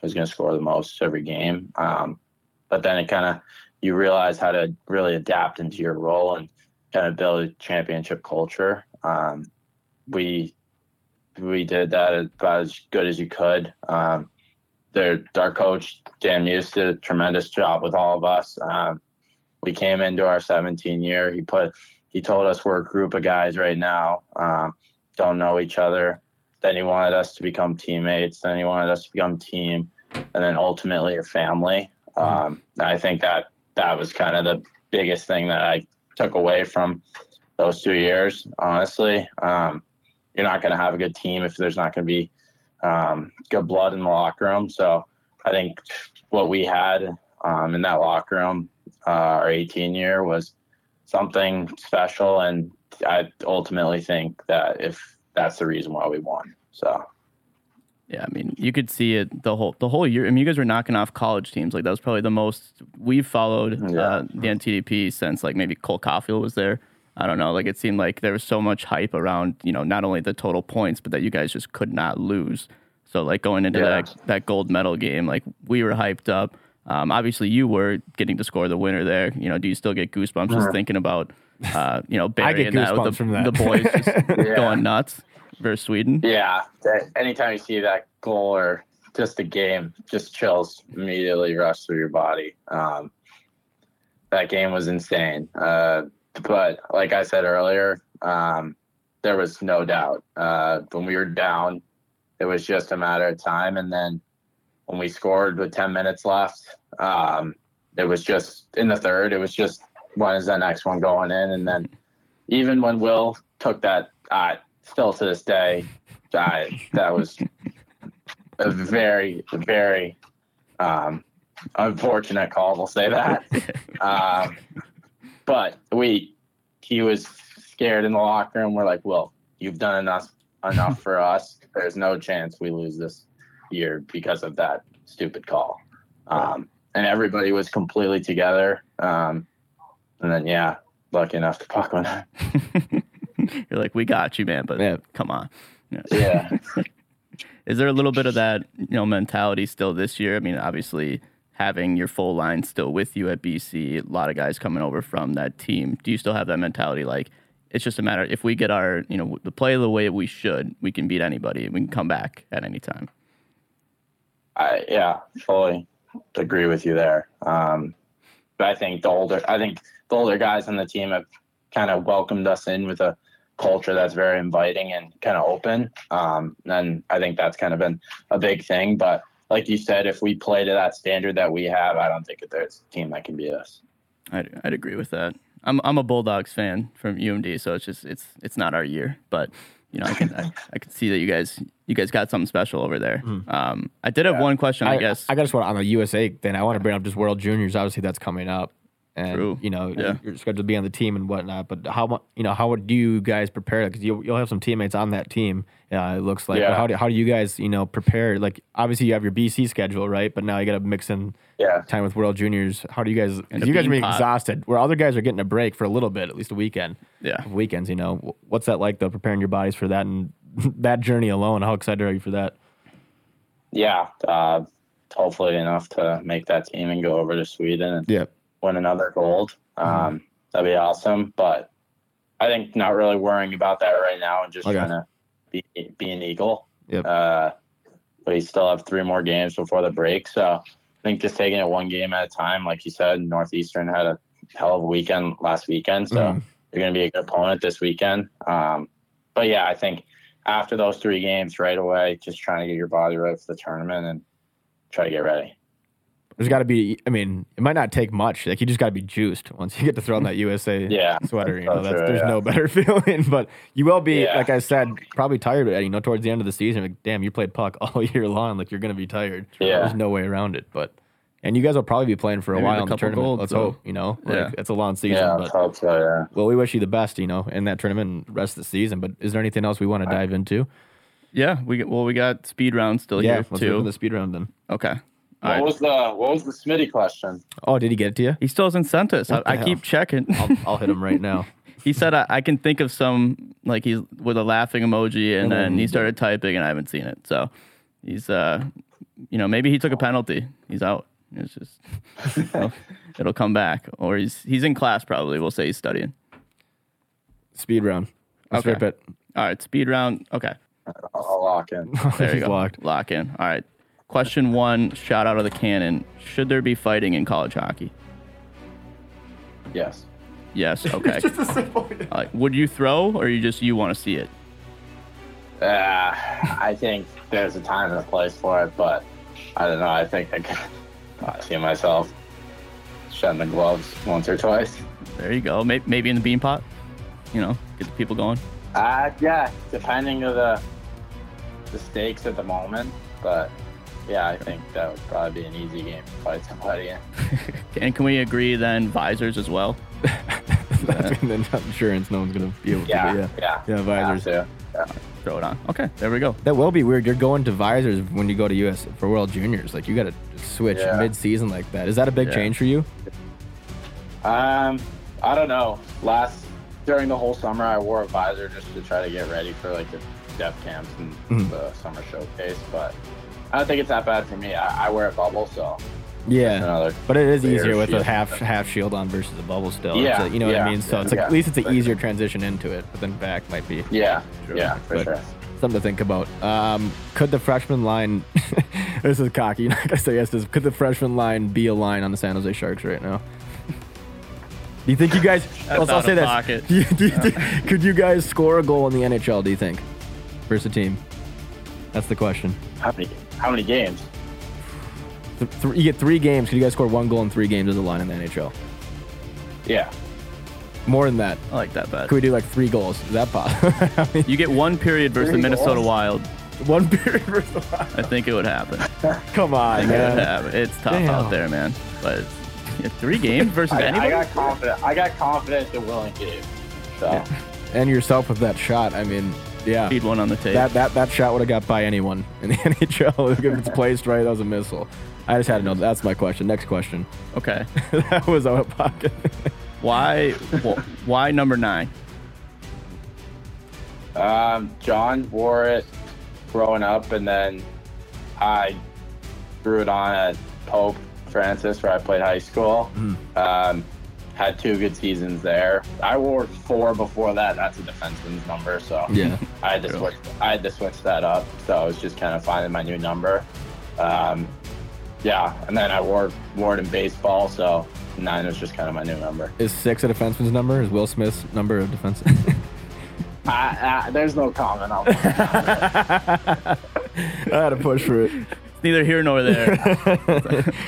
Speaker 2: who's going to score the most every game? Um, but then it kind of you realize how to really adapt into your role and kind of build a championship culture. Um, we we did that about as good as you could. Um, their our coach Dan Muse did a tremendous job with all of us. Um, we came into our 17 year. He put he told us we're a group of guys right now, um, don't know each other. Then he wanted us to become teammates. Then he wanted us to become team, and then ultimately a family. Um, and I think that that was kind of the biggest thing that I took away from those two years. Honestly, um, you're not going to have a good team if there's not going to be um, good blood in the locker room. So I think what we had um, in that locker room uh, our 18 year was something special. And I ultimately think that if that's the reason why we won. So
Speaker 3: Yeah, I mean, you could see it the whole the whole year. I mean, you guys were knocking off college teams. Like that was probably the most we've followed uh, the NTDP since like maybe Cole Caulfield was there. I don't know. Like it seemed like there was so much hype around you know not only the total points but that you guys just could not lose. So like going into
Speaker 2: Yeah.
Speaker 3: that that gold medal game, like we were hyped up. Um, obviously, you were getting to score the winner there. You know, do you still get goosebumps just thinking about uh, you know Barry
Speaker 1: get
Speaker 3: and that with
Speaker 1: goosebumps
Speaker 3: the,
Speaker 1: from that.
Speaker 3: the boys just going nuts versus Sweden?
Speaker 2: yeah, that, anytime you see that goal or just the game, just chills immediately rush through your body. Um, that game was insane. Uh, but like I said earlier, um, there was no doubt. Uh, when we were down, it was just a matter of time. And then when we scored with 10 minutes left, um, it was just in the third, it was just when is the next one going in? And then even when Will took that, I still to this day, I, that was a very, very um, unfortunate call. We'll say that. um, but we, he was scared in the locker room. We're like, Will, you've done enough enough for us. There's no chance we lose this year because of that stupid call. Um, and everybody was completely together. Um, and then, yeah, lucky enough to puck one.
Speaker 3: You're like, we got you, man, but
Speaker 1: Yeah.
Speaker 3: come on. Yeah.
Speaker 2: Yeah.
Speaker 3: Is there a little bit of that, you know, mentality still this year? I mean, obviously having your full line still with you at BC, a lot of guys coming over from that team. Do you still have that mentality? Like, it's just a matter if we get our, you know, the play the way we should, we can beat anybody. We can come back at any time.
Speaker 2: I yeah, fully agree with you there. Um, but I think the older I think the older guys on the team have kind of welcomed us in with a culture that's very inviting and kind of open. Um, and I think that's kind of been a big thing. But like you said, if we play to that standard that we have, I don't think that there's a team that can beat us.
Speaker 3: I'd, I'd agree with that. I'm I'm a Bulldogs fan from UMD, so it's just it's it's not our year, but you know I can I, I can see that you guys you guys got something special over there. Um, I did have one question, I, guess.
Speaker 1: Hmm. I, just want on the USA thing. I want to bring up just World Juniors. Obviously, that's coming up, and
Speaker 3: True.
Speaker 1: you know
Speaker 3: Yeah.
Speaker 1: you're scheduled to be on the team and whatnot. But how mu- you know how would you guys prepare? Because you, you'll have some teammates on that team. Uh, it looks like. But
Speaker 2: Yeah.
Speaker 1: how do how do you guys you know prepare? Like obviously you have your BC schedule right, but now you got to mix in
Speaker 2: Yeah.
Speaker 1: time with World Juniors. How do you guys?
Speaker 3: And
Speaker 1: 'cause
Speaker 3: a
Speaker 1: you guys are
Speaker 3: bean
Speaker 1: being
Speaker 3: pot.
Speaker 1: exhausted. Where other guys are getting a break for a little bit, at least a weekend.
Speaker 3: Yeah.
Speaker 1: Weekends, you know, Wh- what's that like though? Preparing your bodies for that and that journey alone. How excited are you for that?
Speaker 2: Yeah. Uh, hopefully enough to make that team and go over to Sweden and
Speaker 1: Yeah.
Speaker 2: win another gold.
Speaker 1: Mm-hmm.
Speaker 2: Um, That'd be awesome. But I think not really worrying about that right now and just
Speaker 1: Okay.
Speaker 2: trying to be, be an Eagle.
Speaker 1: Yep.
Speaker 2: Uh, we still have three more games before the break. So I think just taking it one game at a time, like you said, Northeastern had a hell of a weekend last weekend. So
Speaker 1: Mhm.
Speaker 2: you're going to be a good opponent this weekend. Um, but yeah, I think after those three games right away, just trying to get your body right for the tournament and try to get ready.
Speaker 1: There's got to be. I mean, it might not take much. Like you just got to be juiced once you get to throw on that USA
Speaker 2: Yeah,
Speaker 1: sweater. You know,
Speaker 2: that's
Speaker 1: that's,
Speaker 2: true,
Speaker 1: there's
Speaker 2: yeah.
Speaker 1: no better feeling. But you will be,
Speaker 2: Yeah.
Speaker 1: like I said, probably tired. You know, towards the end of the season, like damn, you played puck all year long. Like you're gonna be tired.
Speaker 2: Yeah.
Speaker 1: there's no way around it. But and you guys will probably be playing for a
Speaker 3: Maybe
Speaker 1: while
Speaker 3: a
Speaker 1: in the
Speaker 3: couple
Speaker 1: tournament.
Speaker 3: goals,
Speaker 1: Let's
Speaker 3: though.
Speaker 1: hope. You know, like,
Speaker 3: Yeah.
Speaker 1: it's a long season.
Speaker 2: Yeah,
Speaker 1: but
Speaker 2: let's hope so, yeah.
Speaker 1: well, we wish you the best. You know, in that tournament, and the rest of the season. But is there anything else we want to dive into?
Speaker 3: Yeah, we got- well we got speed round still
Speaker 1: yeah,
Speaker 3: here
Speaker 1: let's
Speaker 3: too.
Speaker 1: do the speed round then.
Speaker 3: Okay, All
Speaker 2: What
Speaker 3: right.
Speaker 2: was the what was the Smitty question?
Speaker 1: Oh, did he get it to you?
Speaker 3: He still hasn't sent us. I,
Speaker 1: What the
Speaker 3: I keep
Speaker 1: hell?
Speaker 3: checking.
Speaker 1: I'll, I'll hit him right now.
Speaker 3: he said I, I can think of some like he's with a laughing emoji,
Speaker 1: Mm-hmm.
Speaker 3: and then he started typing, and I haven't seen it. So he's uh, you know, maybe he took a penalty. He's out. It's just it'll, it'll come back, or he's he's in class probably. We'll say he's studying.
Speaker 1: Speed round. Let's
Speaker 3: Okay.
Speaker 1: rip it.
Speaker 3: All right, speed round. Okay,
Speaker 2: I'll, I'll lock in.
Speaker 3: there you
Speaker 1: He's
Speaker 3: go.
Speaker 1: locked.
Speaker 3: Lock in. All right. Question one, shot out of the cannon. Should there be fighting in college hockey?
Speaker 2: Yes.
Speaker 3: Yes. Okay. All right, would you throw, or you just you want to see it?
Speaker 2: Uh, I think there's a time and a place for it, but I don't know. I think I can I see myself shedding the gloves once or twice.
Speaker 3: There you go. Maybe, maybe in the bean pot. You know, get the people going.
Speaker 2: Uh, yeah, depending on the the stakes at the moment, but yeah, I think that would probably be an easy game to fight somebody in.
Speaker 3: And can we agree then visors as well?
Speaker 1: then insurance, no one's gonna be able
Speaker 2: Yeah,
Speaker 1: to.
Speaker 2: yeah,
Speaker 1: But
Speaker 2: yeah.
Speaker 1: yeah, visors.
Speaker 2: Have to.
Speaker 3: Throw it on. Okay, there we go.
Speaker 1: That will be weird. You're going to visors when you go to US for World Juniors. Like you got to switch
Speaker 2: Yeah.
Speaker 1: mid-season like that. Is that a big
Speaker 3: Yeah.
Speaker 1: change for you?
Speaker 2: Um, I don't know. Last during the whole summer, I wore a visor just to try to get ready for like the depth camps and
Speaker 1: Mhm.
Speaker 2: the summer showcase. But I don't think it's that bad for me. I, I wear a bubble, so
Speaker 1: Yeah.
Speaker 2: another.
Speaker 1: But it is
Speaker 2: Layer
Speaker 1: easier
Speaker 2: of
Speaker 1: with a
Speaker 2: shield.
Speaker 1: half half shield on versus a bubble still.
Speaker 2: Yeah,
Speaker 1: It's a- you know what I
Speaker 2: yeah,
Speaker 1: mean. So
Speaker 2: yeah.
Speaker 1: it's like at
Speaker 2: Yeah.
Speaker 1: least it's an easier transition into it. But then back might be
Speaker 2: Yeah,
Speaker 1: True.
Speaker 2: yeah, for
Speaker 1: But-
Speaker 2: sure.
Speaker 1: something to think about. Um, could the freshman line? this is cocky. You're not gonna say yes. to This could the freshman line be a line on the San Jose Sharks right now? Do you think you guys? I'll, I'll
Speaker 3: out
Speaker 1: say
Speaker 3: of
Speaker 1: this.
Speaker 3: pocket.
Speaker 1: Do you- do you think- could you guys score a goal in the NHL? Do you think versus a team? That's the question.
Speaker 2: How many? How many games?
Speaker 1: Th- th- you get three games. Could you guys score one goal in three games as a line in the NHL?
Speaker 2: Yeah,
Speaker 1: More than that.
Speaker 3: I like that bet.
Speaker 1: Could we do like three goals? Is that possible? I mean,
Speaker 3: You get one period versus the
Speaker 2: Three
Speaker 3: Minnesota
Speaker 2: goals.
Speaker 3: Wild.
Speaker 1: one period. versus-
Speaker 3: I think it would happen. I
Speaker 1: Come on,
Speaker 3: think it would
Speaker 1: man.
Speaker 3: happen. It's tough
Speaker 1: Damn.
Speaker 3: out there, man. But it's, yeah, three games versus
Speaker 2: I, I
Speaker 3: anybody.
Speaker 2: got confident. I got confident that Will and Gabe. So
Speaker 1: And yourself with that shot. I mean, yeah.
Speaker 3: Feed one on the tape.
Speaker 1: That that that shot would have got by anyone in the NHL if it's placed right. That was a missile. I just had to know. That's my question. Next question.
Speaker 3: okay.
Speaker 1: that was out of pocket.
Speaker 3: Why? wh- why number nine?
Speaker 2: Um, John wore it growing up, and then I threw it on at Pope Francis, where I played high school. Um, had two good seasons there. I wore four before that. That's a defenseman's number, so
Speaker 1: yeah.
Speaker 2: I had to
Speaker 3: True.
Speaker 2: switch. I had to switch that up. So I was just kind of finding my new number. Um, yeah, and then I wore wore it in baseball, so nine was just kind of my new number.
Speaker 1: Is six a defenseman's number? Is Will Smith's number a defense?
Speaker 2: I, I, there's no comment on that.
Speaker 1: I had to push for it.
Speaker 3: It's neither here nor there.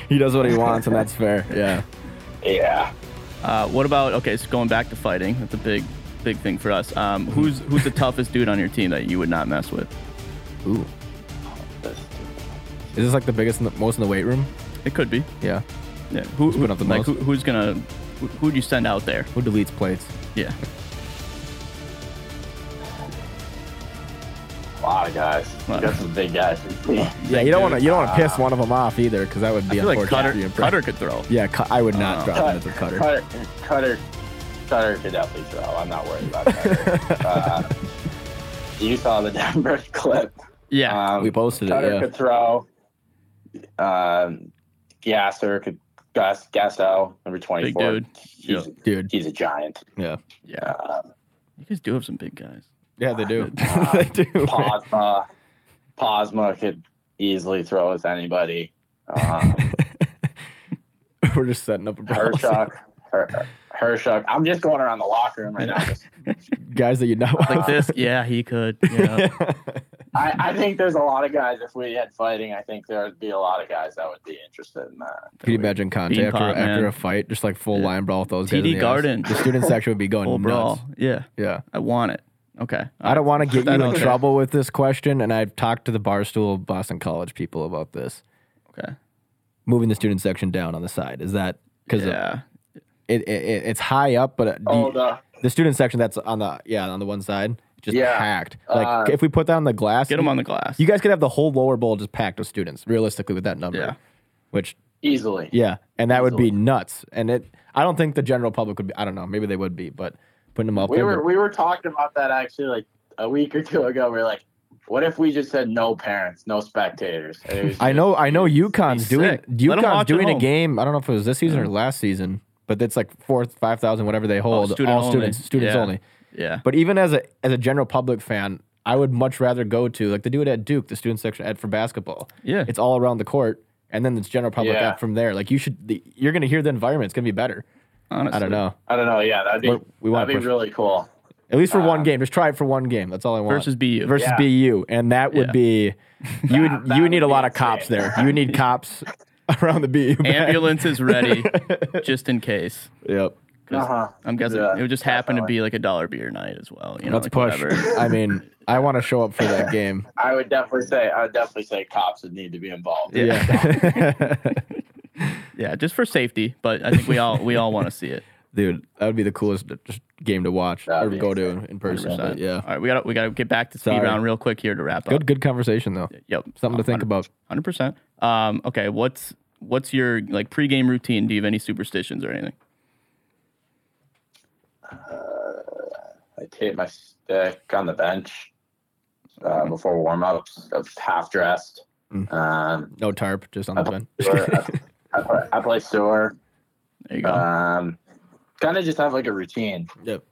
Speaker 1: he does what he wants, and that's fair. Yeah.
Speaker 2: Yeah.
Speaker 3: uh, what about? Okay, so going back to fighting. That's a big, big thing for us. Um, who's who's the toughest dude on your team that you would not mess with?
Speaker 1: Ooh.
Speaker 2: Just-
Speaker 1: Is this like the biggest, in the, most in the weight room?
Speaker 3: It could be.
Speaker 1: Yeah.
Speaker 3: Yeah. Who,
Speaker 1: put
Speaker 3: who-
Speaker 1: up the
Speaker 3: like
Speaker 1: most?
Speaker 3: who, who's gonna? Who, who'd you send out there?
Speaker 1: Who deletes plates?
Speaker 3: Yeah.
Speaker 2: A lot of guys.
Speaker 3: Wow.
Speaker 2: Got some big guys.
Speaker 1: Yeah. You don't want to. You don't want to piss one of them off either, because that would
Speaker 3: I
Speaker 1: be
Speaker 3: feel like
Speaker 1: unfortunate.
Speaker 3: Cutter,
Speaker 1: for your impression.
Speaker 3: Cutter could throw.
Speaker 1: Yeah. Cu- I would not
Speaker 3: Uh,
Speaker 1: drop him as a cutter.
Speaker 2: Cutter, Cutter, Cutter could definitely throw. I'm not worried about Cutter. uh, you saw the Denver clip.
Speaker 3: Yeah.
Speaker 2: Um,
Speaker 1: we posted it.
Speaker 2: Cutter
Speaker 1: Yeah.
Speaker 2: could throw. Um, Gasser could Gas Gasso number 24.
Speaker 3: dude.
Speaker 2: He's,
Speaker 1: Dude.
Speaker 2: he's a giant. Uh,
Speaker 1: Yeah.
Speaker 3: yeah. You guys do have some big guys.
Speaker 1: Yeah, they do. they do.
Speaker 2: Posma, Posma could easily throw with anybody. Um,
Speaker 1: We're just setting up a policy.
Speaker 2: Hershuk. Her, Hershuk. I'm just going around the locker room right now. Just
Speaker 1: Guys that you know.
Speaker 3: Like this. Yeah, he could. Yeah.
Speaker 2: I, I think there's a lot of guys. If we had fighting, I think there'd be a lot of guys that would be interested in that.
Speaker 1: Could you imagine Conte
Speaker 3: Bean
Speaker 1: after,
Speaker 3: pot,
Speaker 1: after
Speaker 3: man.
Speaker 1: a fight, just like full line brawl with those guys?
Speaker 3: TD
Speaker 1: in the
Speaker 3: Garden.
Speaker 1: Ice? The student section would be going
Speaker 3: Full
Speaker 1: nuts.
Speaker 3: brawl. Yeah.
Speaker 1: Yeah.
Speaker 3: I want it. Okay.
Speaker 1: I don't want to get
Speaker 3: Put that
Speaker 1: you in
Speaker 3: out there.
Speaker 1: trouble with this question, and I've talked to the Barstool Boston College people about this.
Speaker 3: Okay.
Speaker 1: Moving the student section down on the side is that because
Speaker 3: Yeah.
Speaker 1: it, it, it it's high up, but uh, do
Speaker 2: Oh,
Speaker 1: you-
Speaker 2: the
Speaker 1: the student section that's on the yeah on the one side just
Speaker 2: Yeah.
Speaker 1: packed. Like
Speaker 2: Uh,
Speaker 1: if we put that on the glass,
Speaker 3: Get him on the glass.
Speaker 1: You guys could have the whole lower bowl just packed with students, realistically, with that number.
Speaker 3: Yeah.
Speaker 1: which
Speaker 2: easily.
Speaker 1: yeah, and that would be nuts. And it, I don't think the general public would be. I don't know. Maybe they would be, but putting them up
Speaker 2: We
Speaker 1: there.
Speaker 2: were
Speaker 1: but-
Speaker 2: we were talking about that actually like a week or two ago. We were like, what if we just said no parents, no spectators? And it was
Speaker 1: I
Speaker 2: just-
Speaker 1: know, I know. UConn's
Speaker 3: sick.
Speaker 1: doing
Speaker 3: Let 'em
Speaker 1: UConn's
Speaker 3: watch at
Speaker 1: doing a
Speaker 3: home.
Speaker 1: game. I don't know if it was this season or last season, but it's like four, five thousand, whatever they hold.
Speaker 3: Oh, student
Speaker 1: all
Speaker 3: only.
Speaker 1: students, students
Speaker 3: Yeah.
Speaker 1: only.
Speaker 3: Yeah.
Speaker 1: But even as a as a general public fan, I would much rather go to like they do it at Duke, the student section at for basketball.
Speaker 3: Yeah.
Speaker 1: it's all around the court, and then it's general public
Speaker 2: Yeah.
Speaker 1: up from there. Like you should, the, you're gonna hear the environment. It's gonna be better.
Speaker 3: Honestly.
Speaker 1: I don't know.
Speaker 2: I don't know. Yeah, that'd be
Speaker 1: But we wanna
Speaker 2: that'd be
Speaker 1: push-
Speaker 2: really cool.
Speaker 1: At least for one game, just try it for one game. That's all I want.
Speaker 3: Uh, Versus BU.
Speaker 1: versus
Speaker 2: Yeah.
Speaker 1: BU, and that would
Speaker 3: Yeah.
Speaker 1: be you would
Speaker 2: that
Speaker 1: you would
Speaker 2: would
Speaker 1: need a
Speaker 2: be
Speaker 1: lot of
Speaker 2: insane.
Speaker 1: cops there. You would need cops around the BU. bench.
Speaker 3: Ambulance is ready just in case.
Speaker 1: Yep.
Speaker 3: 'Cause
Speaker 2: Uh-huh.
Speaker 3: I'm guessing
Speaker 2: Yeah,
Speaker 3: it would just happen to be like a dollar beer night as well. You know,
Speaker 1: Let's
Speaker 3: like
Speaker 1: push.
Speaker 3: whatever.
Speaker 1: I mean, I want to show up for that game.
Speaker 2: I would definitely say I would definitely say cops would need to be involved.
Speaker 1: Yeah.
Speaker 3: Yeah, just for safety, but I think we all we all want to see it.
Speaker 1: Dude, that would be the coolest just game to watch
Speaker 2: That'd
Speaker 1: or
Speaker 2: be
Speaker 1: go to in person. but
Speaker 3: 100%. All
Speaker 1: yeah.
Speaker 3: right, we got to we got to get back to speed
Speaker 1: Sorry.
Speaker 3: round real quick here to wrap up.
Speaker 1: Good good conversation though.
Speaker 3: Yep.
Speaker 1: Something to think about.
Speaker 3: Hundred percent. Um. Okay. What's what's your like pregame routine? Do you have any superstitions or anything?
Speaker 2: I tape my stick on the bench uh, before warm ups. I was half dressed. Um,
Speaker 1: No tarp, just on
Speaker 2: I,
Speaker 1: the
Speaker 2: play
Speaker 1: bench.
Speaker 2: sewer. I, I, play, I play sewer.
Speaker 3: There you go.
Speaker 2: Um, kind of just have like a routine.
Speaker 1: Yep.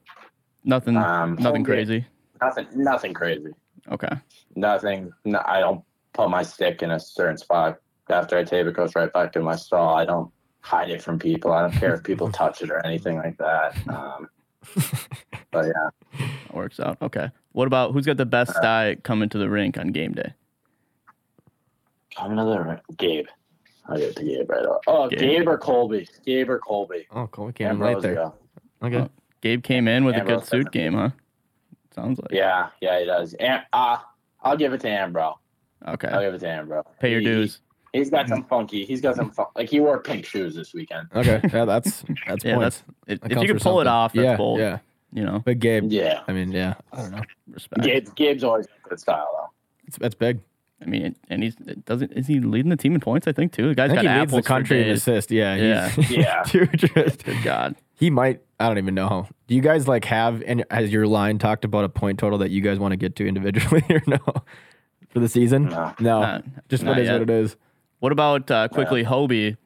Speaker 3: nothing.
Speaker 2: um,
Speaker 3: Mm, nothing
Speaker 2: okay.
Speaker 3: crazy.
Speaker 2: Nothing, nothing crazy.
Speaker 3: Okay.
Speaker 2: Nothing. No, I don't put my stick in a certain spot. After I tape it, goes right back to my stall. I don't hide it from people. I don't care if people touch it or anything like that. Um, but yeah,
Speaker 3: That works out. Okay. What about who's got the best
Speaker 2: Uh,
Speaker 3: die coming to the rink on game day?
Speaker 2: coming to the Gabe. I get to Gabe right off. Oh,
Speaker 3: Gabe.
Speaker 2: Gabe, or Colby. Gabe or Colby.
Speaker 1: Oh, cool. We came in late there.
Speaker 2: Ambrosio.
Speaker 1: Okay.
Speaker 3: Gabe came in with a good
Speaker 2: Ambrose
Speaker 3: suit
Speaker 2: doesn't-
Speaker 3: game, huh? Sounds like.
Speaker 2: Yeah, yeah, he does. Am- uh, I'll give it to Ambro. I'll
Speaker 3: Okay.
Speaker 2: give it to Ambro.
Speaker 3: Pay your
Speaker 2: Oh, He-
Speaker 3: dues.
Speaker 2: He's got some funky. He's got some fun- like he wore pink shoes this weekend.
Speaker 1: Okay. Yeah, that's that's
Speaker 3: Yeah.
Speaker 1: points.
Speaker 3: That's if,
Speaker 1: That
Speaker 3: if
Speaker 1: counts
Speaker 3: you can
Speaker 1: for
Speaker 3: pull it
Speaker 1: something.
Speaker 3: off. That's
Speaker 1: yeah,
Speaker 3: bold.
Speaker 1: Yeah.
Speaker 3: You know.
Speaker 1: But Gabe,
Speaker 2: Yeah,
Speaker 1: I mean, yeah. I don't know.
Speaker 3: Respect.
Speaker 2: Gabe, Gabe's always got good style though.
Speaker 1: It's, that's big.
Speaker 3: I mean, and he's it doesn't is he leading the team in points? I think too. The guy's
Speaker 1: I think
Speaker 3: got
Speaker 1: he leads
Speaker 3: apples
Speaker 1: the country
Speaker 3: for
Speaker 1: in
Speaker 3: days.
Speaker 1: assist. Yeah. he's-
Speaker 2: Yeah.
Speaker 1: Dude, just-
Speaker 3: Good God.
Speaker 1: He might. I don't even know. Do you guys like have and has your line talked about a point total that you guys want to get to individually or no for the season?
Speaker 2: No.
Speaker 1: no.
Speaker 3: Not-
Speaker 1: Just
Speaker 3: not
Speaker 1: what is
Speaker 3: yet.
Speaker 1: what it is.
Speaker 3: Uh, What about uh, quickly Hobie?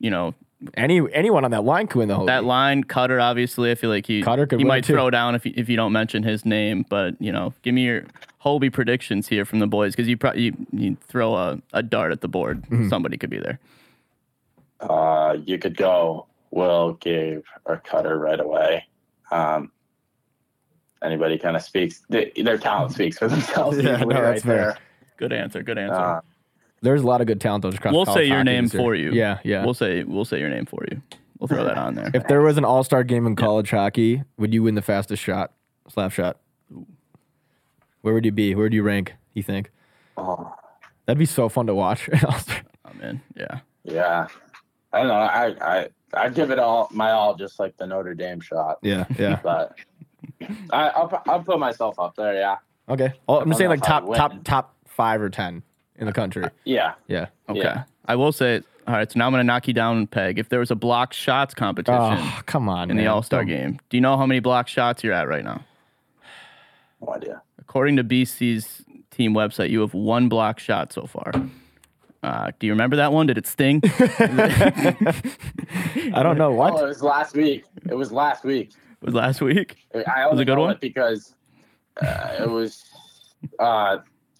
Speaker 3: You know
Speaker 1: Any anyone on that line could win the whole.
Speaker 3: that
Speaker 1: league.
Speaker 3: line cutter. Obviously, I feel like he
Speaker 1: Cutter could
Speaker 3: he
Speaker 1: win
Speaker 3: might
Speaker 1: too.
Speaker 3: throw down if you, if you don't mention his name. But you know, give me your Hobie predictions here from the boys because you probably you, you throw a, a dart at the board,
Speaker 1: Mm-hmm.
Speaker 3: somebody could be there.
Speaker 2: Uh, you could go Will, Gabe, or Cutter right away. Um, anybody kind of speaks. They, their talent speaks for themselves.
Speaker 1: Yeah,
Speaker 2: usually
Speaker 1: no, that's fair.
Speaker 3: Good answer. Good answer.
Speaker 2: Uh,
Speaker 1: There's a lot of good talent. though, Just across
Speaker 3: We'll
Speaker 1: college
Speaker 3: say your
Speaker 1: hockey
Speaker 3: name
Speaker 1: this year.
Speaker 3: for you.
Speaker 1: Yeah, yeah.
Speaker 3: We'll say we'll say your name for you. We'll throw that on there.
Speaker 1: if there was an All Star game in college hockey, would you win the fastest shot, slap shot? Where would you be? Where do you rank? You think
Speaker 2: oh,
Speaker 1: that'd be so fun to watch?
Speaker 3: Oh, man. Yeah.
Speaker 2: yeah. I don't know. I, I I give it all my all, just like the Notre Dame shot.
Speaker 1: yeah, yeah.
Speaker 2: But I, I'll pu- I'll put myself up there. Yeah,
Speaker 1: Okay. Oh, I'm just saying
Speaker 2: know
Speaker 1: like
Speaker 2: if I'd
Speaker 1: top
Speaker 2: win.
Speaker 1: top top five or ten in the country.
Speaker 2: yeah.
Speaker 1: Yeah.
Speaker 3: Okay.
Speaker 2: Yeah.
Speaker 3: I will say, all right, so now I'm going to knock you down, a Peg. If there was a block shots competition
Speaker 1: Oh, come on.
Speaker 3: in the
Speaker 1: man.
Speaker 3: All Star game, do you know how many block shots you're at right now?
Speaker 2: No idea.
Speaker 3: According to BC's team website, you have one block shot so far. Uh, do you remember that one? Did it sting? it
Speaker 1: I don't know
Speaker 2: Oh, it
Speaker 1: what.
Speaker 2: was last week. It was last week.
Speaker 3: was last week.
Speaker 2: I only
Speaker 3: a good
Speaker 2: know
Speaker 3: one?
Speaker 2: it because uh, it was uh,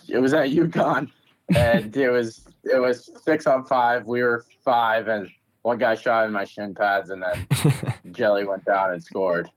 Speaker 2: it was at UConn, and it was it was six on five. We were five, and one guy shot in my shin pads, and then Jelly went down and scored.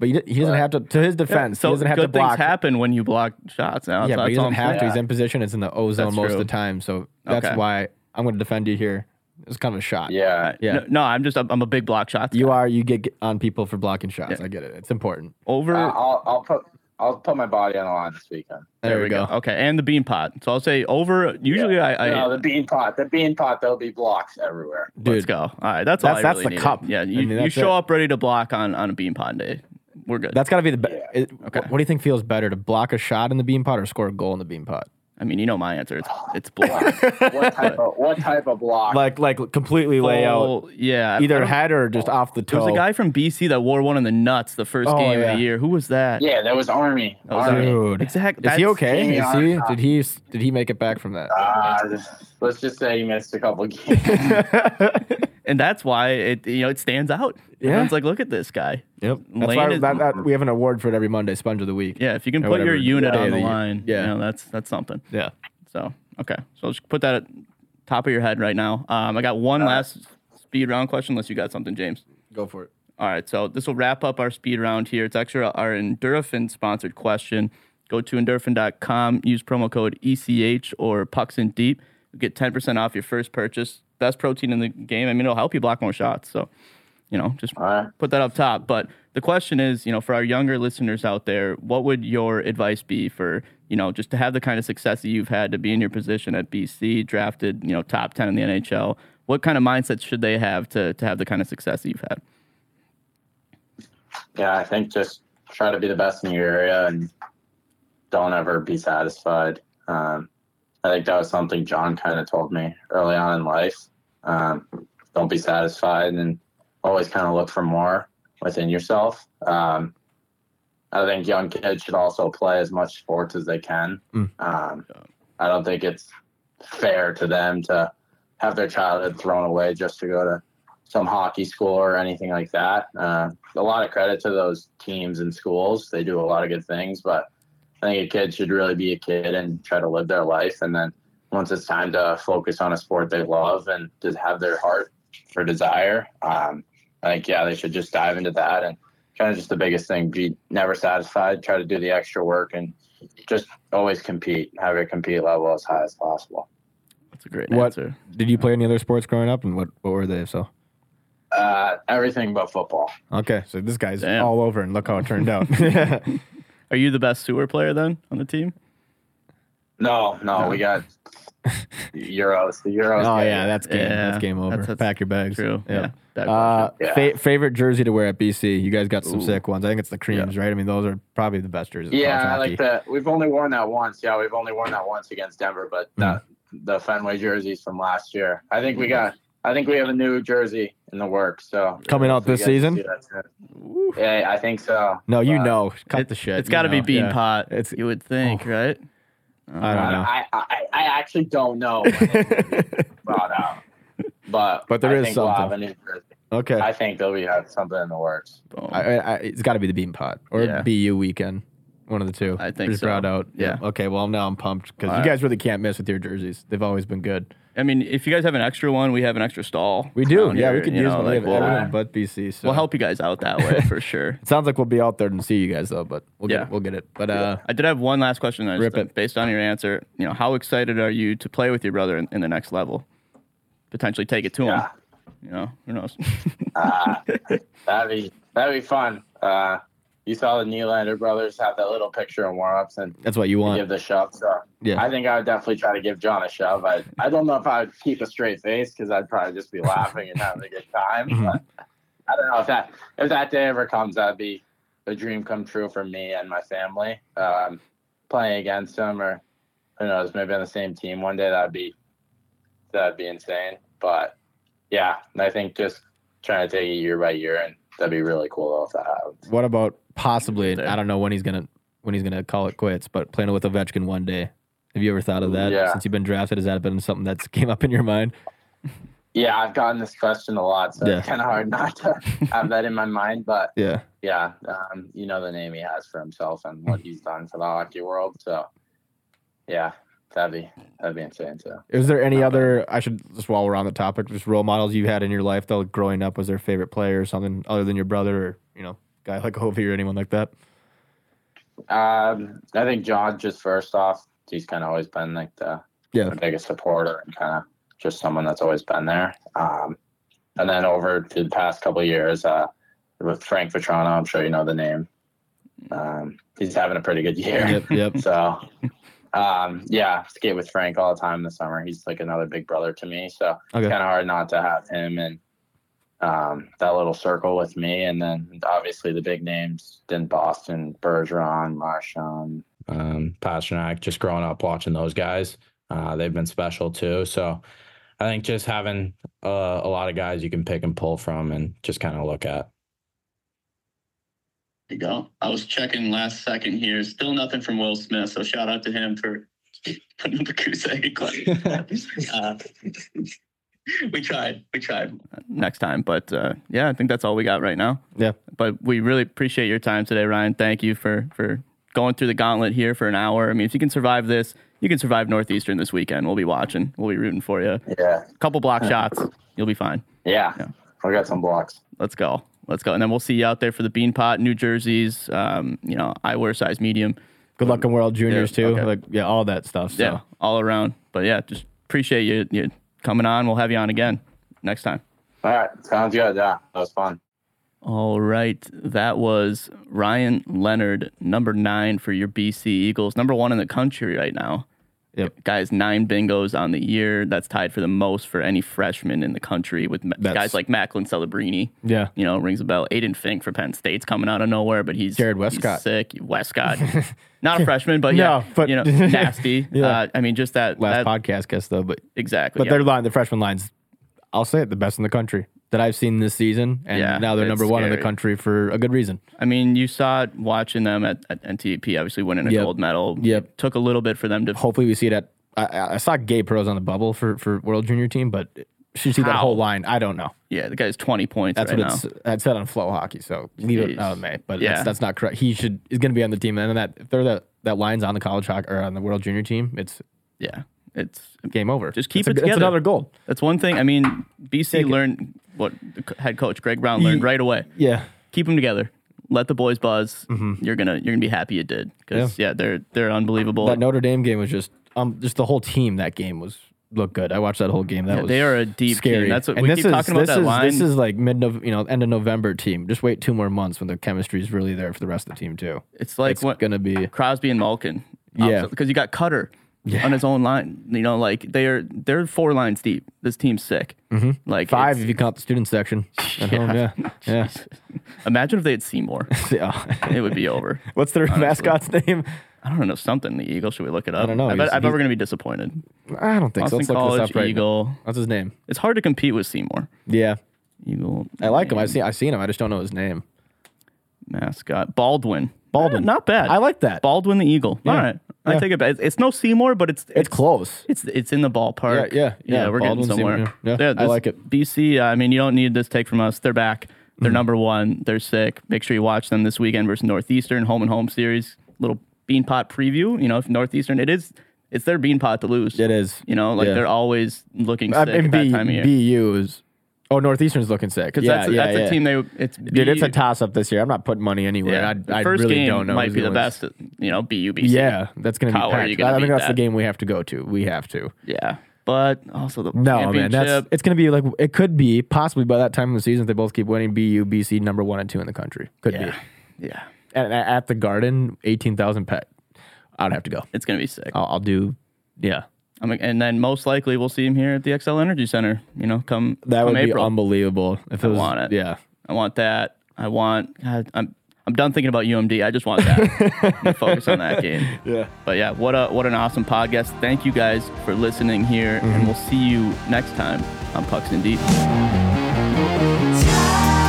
Speaker 1: But he, d- he doesn't have to. To his defense,
Speaker 3: So
Speaker 1: he doesn't have
Speaker 3: good
Speaker 1: to block.
Speaker 3: things happen when you block shots. Now,
Speaker 1: yeah,
Speaker 3: that's,
Speaker 1: but he
Speaker 3: that's all
Speaker 1: doesn't
Speaker 3: I'm
Speaker 1: have to.
Speaker 3: saying.
Speaker 1: He's in position. It's in the O zone
Speaker 3: That's
Speaker 1: most of
Speaker 3: true.
Speaker 1: the time. So that's
Speaker 3: Okay.
Speaker 1: why I'm going to defend you here. It's kind of a shot.
Speaker 2: Yeah,
Speaker 1: Yeah.
Speaker 3: No, no, I'm just I'm, I'm a big block shots.
Speaker 1: You
Speaker 3: guy.
Speaker 1: are. You get on people for blocking shots. I get it. It's important.
Speaker 3: over.
Speaker 2: I- Uh, I'll I'll put I'll put my body on the line this weekend.
Speaker 1: There, we go.
Speaker 3: Okay, and the bean pot. So I'll say over. Usually I, I
Speaker 2: no, the bean pot, the bean pot. There'll be blocks everywhere.
Speaker 3: Oh, Let's
Speaker 1: Dude,
Speaker 3: go. All right, that's all.
Speaker 1: That's-
Speaker 3: I
Speaker 1: that's
Speaker 3: really
Speaker 1: the
Speaker 3: needed.
Speaker 1: cup.
Speaker 3: Yeah,
Speaker 1: I
Speaker 3: you,
Speaker 1: mean,
Speaker 3: you
Speaker 1: that's
Speaker 3: show
Speaker 1: it.
Speaker 3: up ready to block on on a bean pond day. We're good.
Speaker 1: that's got to be the best.
Speaker 2: Yeah.
Speaker 3: Okay.
Speaker 1: What do you think feels better to block a shot in the bean pot or score a goal in the bean pot?
Speaker 3: I mean, you know my answer. It's it's block.
Speaker 2: What type of what type of block?
Speaker 1: Like like completely lay out
Speaker 3: Full- yeah. I
Speaker 1: either
Speaker 3: don't-
Speaker 1: head or just off the toe.
Speaker 3: There was a guy from BC that wore one in the nuts the first
Speaker 1: Oh,
Speaker 3: game
Speaker 1: yeah.
Speaker 3: of the year. Who was that?
Speaker 2: yeah, that was Army.
Speaker 3: was
Speaker 2: Army.
Speaker 1: Dude,
Speaker 3: Exact-
Speaker 1: Is he
Speaker 3: that's-
Speaker 1: okay?
Speaker 2: Yeah,
Speaker 1: Is he? Did he? Did he make it back from that?
Speaker 2: Uh, let's just say he missed a couple games.
Speaker 3: And that's why it you know it stands out.
Speaker 1: Yeah.
Speaker 3: Everyone's like, look at this guy.
Speaker 1: Yep. That's
Speaker 3: Lane
Speaker 1: why
Speaker 3: is-
Speaker 1: that, that, we have an award for it every Monday, Sponge of the Week.
Speaker 3: Yeah, if you can
Speaker 1: Or
Speaker 3: put your
Speaker 1: whatever.
Speaker 3: unit
Speaker 1: Day
Speaker 3: on
Speaker 1: of
Speaker 3: the
Speaker 1: the year.
Speaker 3: line,
Speaker 1: Yeah.
Speaker 3: you know, that's that's something.
Speaker 1: Yeah.
Speaker 3: So okay, so just put that at top of your head right now. Um, I got one last speed round question, unless you got something, James.
Speaker 1: Go for it.
Speaker 3: All right, so this will wrap up our speed round here. It's actually our Endurafin sponsored question. Go to endurafin.com, use promo code ECH or Pucks in Deep. You get 10% off your first purchase. Best protein in the game. I mean, it'll help you block more shots. So, you know, just
Speaker 2: right.
Speaker 3: put that up top. But the question is, you know, for our younger listeners out there, what would your advice be for, you know, just to have the kind of success that you've had to be in your position at BC, drafted, you know, top 10 in the NHL? What kind of mindsets should they have to, to have the kind of success that you've had?
Speaker 2: yeah, I think just try to be the best in your area and don't ever be satisfied. Um, I think that was something John kind of told me early on in life. Um, don't be satisfied and always kind of look for more within yourself. Um, I think young kids should also play as much sports as they can.
Speaker 1: Mm.
Speaker 2: Um, I don't think it's fair to them to have their childhood thrown away just to go to some hockey school or anything like that. Uh, a lot of credit to those teams and schools. They do a lot of good things, but I think a kid should really be a kid and try to live their life. And then once it's time to focus on a sport they love and just have their heart for desire, um, I think, yeah, they should just dive into that. And kind of just the biggest thing be never satisfied, try to do the extra work and just always compete, have your compete level as high as possible.
Speaker 3: That's a great
Speaker 1: What-
Speaker 3: answer.
Speaker 1: Did you play any other sports growing up, and what, what were they? So
Speaker 2: Uh, everything but football.
Speaker 1: okay, so this guy's
Speaker 3: Damn.
Speaker 1: all over, and look how it turned out. Oh,
Speaker 3: Are you the best sewer player then on the team?
Speaker 2: No, no, we got Euros. The Euros.
Speaker 1: Oh
Speaker 2: game.
Speaker 1: yeah, that's game.
Speaker 3: Yeah,
Speaker 1: that's game over.
Speaker 3: that's- that's
Speaker 1: Pack your bags.
Speaker 3: True.
Speaker 1: Yep.
Speaker 3: Yeah. Bad
Speaker 1: Uh,
Speaker 2: Yeah.
Speaker 1: fa- favorite jersey to wear at BC. You guys got some
Speaker 3: Ooh.
Speaker 1: sick ones. I think it's the creams, right? I mean, those are probably the best jerseys. in
Speaker 2: Yeah,
Speaker 1: college
Speaker 2: I
Speaker 1: hockey.
Speaker 2: like that. We've only worn that once. Yeah, we've only worn that once against Denver, but
Speaker 1: Hmm.
Speaker 2: that, the Fenway jerseys from last year. I think we got. I think we have a new jersey in the works. So
Speaker 1: Coming out
Speaker 2: hopefully
Speaker 1: this
Speaker 2: you guys
Speaker 1: season?
Speaker 2: see that soon. Yeah, I think so.
Speaker 1: No, you
Speaker 2: But
Speaker 1: know, cut
Speaker 3: Uh, It-
Speaker 1: the shit.
Speaker 3: It's got to
Speaker 1: you
Speaker 3: be
Speaker 1: know.
Speaker 3: Bean
Speaker 1: Yeah.
Speaker 3: Pot.
Speaker 1: It's- oh.
Speaker 3: you would think, right?
Speaker 1: I don't know.
Speaker 2: I, I, I actually don't know. when it's gonna be brought out. But
Speaker 1: But there
Speaker 2: I
Speaker 1: is
Speaker 2: think we'll have
Speaker 1: something.
Speaker 2: a new jersey.
Speaker 1: Okay,
Speaker 2: I
Speaker 1: I,
Speaker 2: think they'll be have something in the works.
Speaker 3: Boom.
Speaker 1: I, I, it's got to be the Bean Pot or
Speaker 3: Yeah.
Speaker 1: BU weekend, one of the two.
Speaker 3: I think
Speaker 1: just
Speaker 3: so.
Speaker 1: brought out.
Speaker 3: Yeah.
Speaker 1: Okay, well now I'm pumped because you
Speaker 3: Alright.
Speaker 1: guys really can't miss with your jerseys. They've always been good.
Speaker 3: I mean, if you guys have an extra one, we have an extra stall.
Speaker 1: We do.
Speaker 3: down
Speaker 1: Yeah, we
Speaker 3: here,
Speaker 1: could
Speaker 3: you
Speaker 1: use
Speaker 3: know,
Speaker 1: one.
Speaker 3: like,
Speaker 1: we have
Speaker 3: we'll,
Speaker 1: everyone but BC. So
Speaker 3: we'll help you guys out that way for sure.
Speaker 1: It sounds like we'll be out there and see you guys though, but we'll
Speaker 3: Yeah.
Speaker 1: get we'll get it. But uh,
Speaker 3: I did have one last question. That
Speaker 1: Rip
Speaker 3: just,
Speaker 1: it.
Speaker 3: based on your answer, you know, how excited are you to play with your brother in, in the next level? Potentially take it to him.
Speaker 2: Yeah. uh,
Speaker 3: You know, who knows?
Speaker 2: That'd be that'd be fun. Uh, you saw the Nylander brothers have that little picture in warm-ups and
Speaker 1: that's what you want.
Speaker 2: give the shove. So
Speaker 1: Yeah.
Speaker 2: I think I would definitely try to give John a shove. I, I don't know if I would keep a straight face because I'd probably just be laughing and having a good
Speaker 1: Mm-hmm.
Speaker 2: time. But I don't know if that if that day ever comes, that'd be a dream come true for me and my family. Um, playing against him or who knows, maybe on the same team one day that'd be that'd be insane. But yeah, and I think just trying to take it year by year and that'd be really cool though if that happens.
Speaker 1: What about possibly?
Speaker 3: There.
Speaker 1: I don't know when he's gonna when he's gonna call it quits, but playing with Ovechkin one day. Have you ever thought of that
Speaker 2: Yeah.
Speaker 1: since you've been drafted? Has that been something that's came up in your mind?
Speaker 2: Yeah, I've gotten this question a lot, so
Speaker 1: Yeah.
Speaker 2: it's kind of hard not to have that in my mind. But
Speaker 1: Yeah,
Speaker 2: yeah, um, you know the name he has for himself and what he's done for the hockey world. So yeah, that'd be that'd be insane too.
Speaker 1: Is there any other? I should just while we're on the topic, just role models you had in your life though, growing up, was their favorite player or something other than your brother or you know guy like Ovi or anyone like that?
Speaker 2: Um, I think John, just first off, he's kind of always been like the,
Speaker 1: Yeah,
Speaker 2: the biggest supporter and kind of just someone that's always been there. Um, and then over to the past couple of years, uh, with Frank Vitrano, I'm sure you know the name. Um, he's having a pretty good year.
Speaker 1: yep, yep.
Speaker 2: So, um, yeah, skate with Frank all the time this summer. He's like another big brother to me. So
Speaker 1: Okay.
Speaker 2: it's kind of hard not to have him and um, that little circle with me. And then obviously the big names in Boston, Bergeron, Marshawn,
Speaker 4: um, Pasternak, just growing up watching those guys. Uh, they've been special too. So I think just having uh, a lot of guys you can pick and pull from and just kind of look at.
Speaker 5: There you go. I was checking last second here. Still nothing from Will Smith. So shout out to him for putting up a Kusak. uh, we tried. We tried.
Speaker 3: next time. But uh, yeah, I think that's all we got right now.
Speaker 1: Yeah.
Speaker 3: But we really appreciate your time today, Ryan. Thank you for for going through the gauntlet here for an hour. I mean, if you can survive this, you can survive Northeastern this weekend. We'll be watching. We'll be rooting for you.
Speaker 2: Yeah.
Speaker 3: A couple block shots, you'll be fine.
Speaker 2: Yeah.
Speaker 3: Yeah.
Speaker 2: We got some blocks.
Speaker 3: Let's go. Let's go. And then we'll see you out there for the bean pot, New Jersey's. Um, you know, I wear size medium.
Speaker 1: Good luck in World Juniors too.
Speaker 3: okay.
Speaker 1: Like yeah, all that stuff. So.
Speaker 3: Yeah, all around. But yeah, just appreciate you, you coming on. We'll have you on again next time.
Speaker 2: All right. Sounds good. Yeah. That was fun.
Speaker 3: All right. That was Ryan Leonard, number nine for your BC Eagles, number one in the country right now.
Speaker 1: Yep.
Speaker 3: Guys, nine bingos on the year. That's tied for the most for any freshman in the country with ma-
Speaker 1: That's-
Speaker 3: guys like Macklin Celebrini.
Speaker 1: Yeah.
Speaker 3: You know, rings a bell. Aiden Fink for Penn State's coming out of nowhere, but he's
Speaker 1: Jared
Speaker 3: he's
Speaker 1: Westcott.
Speaker 3: sick. Westcott, not a freshman, but
Speaker 1: No,
Speaker 3: yeah,
Speaker 1: but-
Speaker 3: you know, nasty.
Speaker 1: Yeah.
Speaker 3: uh, I mean, just that
Speaker 1: Last
Speaker 3: that-
Speaker 1: podcast guest though, but
Speaker 3: exactly.
Speaker 1: but
Speaker 3: yeah.
Speaker 1: their line, the freshman lines, I'll say it, the best in the country that I've seen this season, and
Speaker 3: Yeah,
Speaker 1: now they're
Speaker 3: it's
Speaker 1: number one in the
Speaker 3: scary.
Speaker 1: country for a good reason.
Speaker 3: I mean, you saw it watching them at, at NTP, obviously winning a
Speaker 1: Yep.
Speaker 3: gold medal.
Speaker 1: Yep.
Speaker 3: Took a little bit for them to
Speaker 1: Hopefully, we see it at. I- I, I saw Gay Pros on the bubble for for World Junior team, but should see that
Speaker 3: How?
Speaker 1: whole line. I don't know.
Speaker 3: Yeah, the guy's 20 points
Speaker 1: That's
Speaker 3: right
Speaker 1: what
Speaker 3: now.
Speaker 1: it's that's said on Flow Hockey. So leave
Speaker 3: Jeez.
Speaker 1: it out of May, but
Speaker 3: Yeah.
Speaker 1: that's, that's not correct. He should is going to be on the team, and then that if they're that that line's on the college hockey or on the World Junior team, it's
Speaker 3: yeah. It's
Speaker 1: game over.
Speaker 3: Just keep
Speaker 1: It's a
Speaker 3: it
Speaker 1: good- It's
Speaker 3: together.
Speaker 1: another goal.
Speaker 3: that's one thing. I mean, BC
Speaker 1: Take it.
Speaker 3: learned what the co- head coach Greg Brown learned
Speaker 1: Ye-
Speaker 3: right away.
Speaker 1: Yeah,
Speaker 3: Keep them together. Let the boys buzz.
Speaker 1: Mm-hmm.
Speaker 3: You're gonna you're gonna be happy you did because yeah. they're they're unbelievable.
Speaker 1: that Notre Dame game was just um just the whole team. That game was looked good. I watched that whole game. That
Speaker 3: Yeah,
Speaker 1: was
Speaker 3: they are a deep team.
Speaker 1: scary.
Speaker 3: That's what-
Speaker 1: and
Speaker 3: we
Speaker 1: this
Speaker 3: keep
Speaker 1: is,
Speaker 3: talking about
Speaker 1: this
Speaker 3: that
Speaker 1: is-
Speaker 3: line.
Speaker 1: This is like mid you know end of November team. Just wait two more months when the chemistry is really there for the rest of the team too.
Speaker 3: it's like
Speaker 1: it's
Speaker 3: what
Speaker 1: gonna be
Speaker 3: Crosby and Malkin.
Speaker 1: Yeah.
Speaker 3: because you got Cutter on his own line. You know, like they're they're four lines deep. This team's sick. Mm-hmm. Like
Speaker 1: five
Speaker 3: it's-
Speaker 1: if you count the student section. At home, yeah, yeah.
Speaker 3: Imagine if they had Seymour,
Speaker 1: Yeah.
Speaker 3: it would be over.
Speaker 1: What's their mascot's name?
Speaker 3: I don't know something. The Eagles should we look it up?
Speaker 1: don't know.
Speaker 3: I bet,
Speaker 1: He's-
Speaker 3: I bet
Speaker 1: he's-
Speaker 3: we're gonna be disappointed.
Speaker 1: I don't think
Speaker 3: Austin
Speaker 1: so. Let's look
Speaker 3: College
Speaker 1: this up right now.
Speaker 3: Eagle.
Speaker 1: What's his name?
Speaker 3: It's hard to compete with Seymour.
Speaker 1: Yeah,
Speaker 3: Eagle.
Speaker 1: I like him. I see. I seen him. I just don't know his name.
Speaker 3: mascot Baldwin.
Speaker 1: Baldwin.
Speaker 3: Eh, not bad.
Speaker 1: I like that.
Speaker 3: Baldwin the Eagle. All
Speaker 1: Yeah.
Speaker 3: right, I
Speaker 1: Yeah.
Speaker 3: take it back. It's, it's no Seymour, but it's
Speaker 1: It's close.
Speaker 3: It's it's in the ballpark.
Speaker 1: Yeah, yeah, yeah.
Speaker 3: we're
Speaker 1: Baldwin,
Speaker 3: getting somewhere.
Speaker 1: Seymour, yeah. Yeah, I
Speaker 3: this-
Speaker 1: like it. Mm-hmm.
Speaker 3: BC. I mean, you don't need this take from us. They're back. They're number one. They're sick. Make sure you watch them this weekend versus Northeastern home and home series. Little beanpot preview. You know, if Northeastern, it is. It's their beanpot to lose.
Speaker 1: It is.
Speaker 3: You know, like
Speaker 1: Yeah.
Speaker 3: they're always looking
Speaker 1: I
Speaker 3: sick
Speaker 1: mean,
Speaker 3: at that
Speaker 1: B,
Speaker 3: time of year.
Speaker 1: BU is. Oh, Northeastern's looking sick.
Speaker 3: Because
Speaker 1: Yeah,
Speaker 3: that's, a,
Speaker 1: yeah,
Speaker 3: that's
Speaker 1: yeah.
Speaker 3: a team they it's
Speaker 1: Dude, it's a
Speaker 3: B-
Speaker 1: toss up this year. I'm not putting money anywhere.
Speaker 3: yeah.
Speaker 1: I,
Speaker 3: The
Speaker 1: I
Speaker 3: first
Speaker 1: really
Speaker 3: game
Speaker 1: don't know.
Speaker 3: might
Speaker 1: who's
Speaker 3: be the
Speaker 1: gonna win.
Speaker 3: best. You know, BU BC.
Speaker 1: Yeah, that's going to be
Speaker 3: How are you
Speaker 1: packed.
Speaker 3: gonna
Speaker 1: I think
Speaker 3: beat
Speaker 1: that's the
Speaker 3: that?
Speaker 1: game we have to go to. We have to.
Speaker 3: yeah. But also the
Speaker 1: No, man,
Speaker 3: championship.
Speaker 1: that's it's going to be like it could be possibly by that time of the season if they both keep winning. BU, BC, number one and two in the country could be.
Speaker 3: yeah, yeah.
Speaker 1: At, at- at the Garden, eighteen thousand pet. I'd have to go.
Speaker 3: It's gonna be sick.
Speaker 1: I'll, I'll do. Yeah,
Speaker 3: I'm, and then most likely we'll see him here at the XL Energy Center. You know, come
Speaker 1: that
Speaker 3: come
Speaker 1: would be um
Speaker 3: April.
Speaker 1: unbelievable. If it was,
Speaker 3: want it.
Speaker 1: Yeah,
Speaker 3: I want that. I want. God, I'm I'm done thinking about UMD. I just want that. I'm gonna focus on that game.
Speaker 1: Yeah.
Speaker 3: But yeah, what a what an awesome podcast. Thank you guys for listening here,
Speaker 1: Mm-hmm.
Speaker 3: and we'll see you next time on Pucks and Deep.
Speaker 6: time.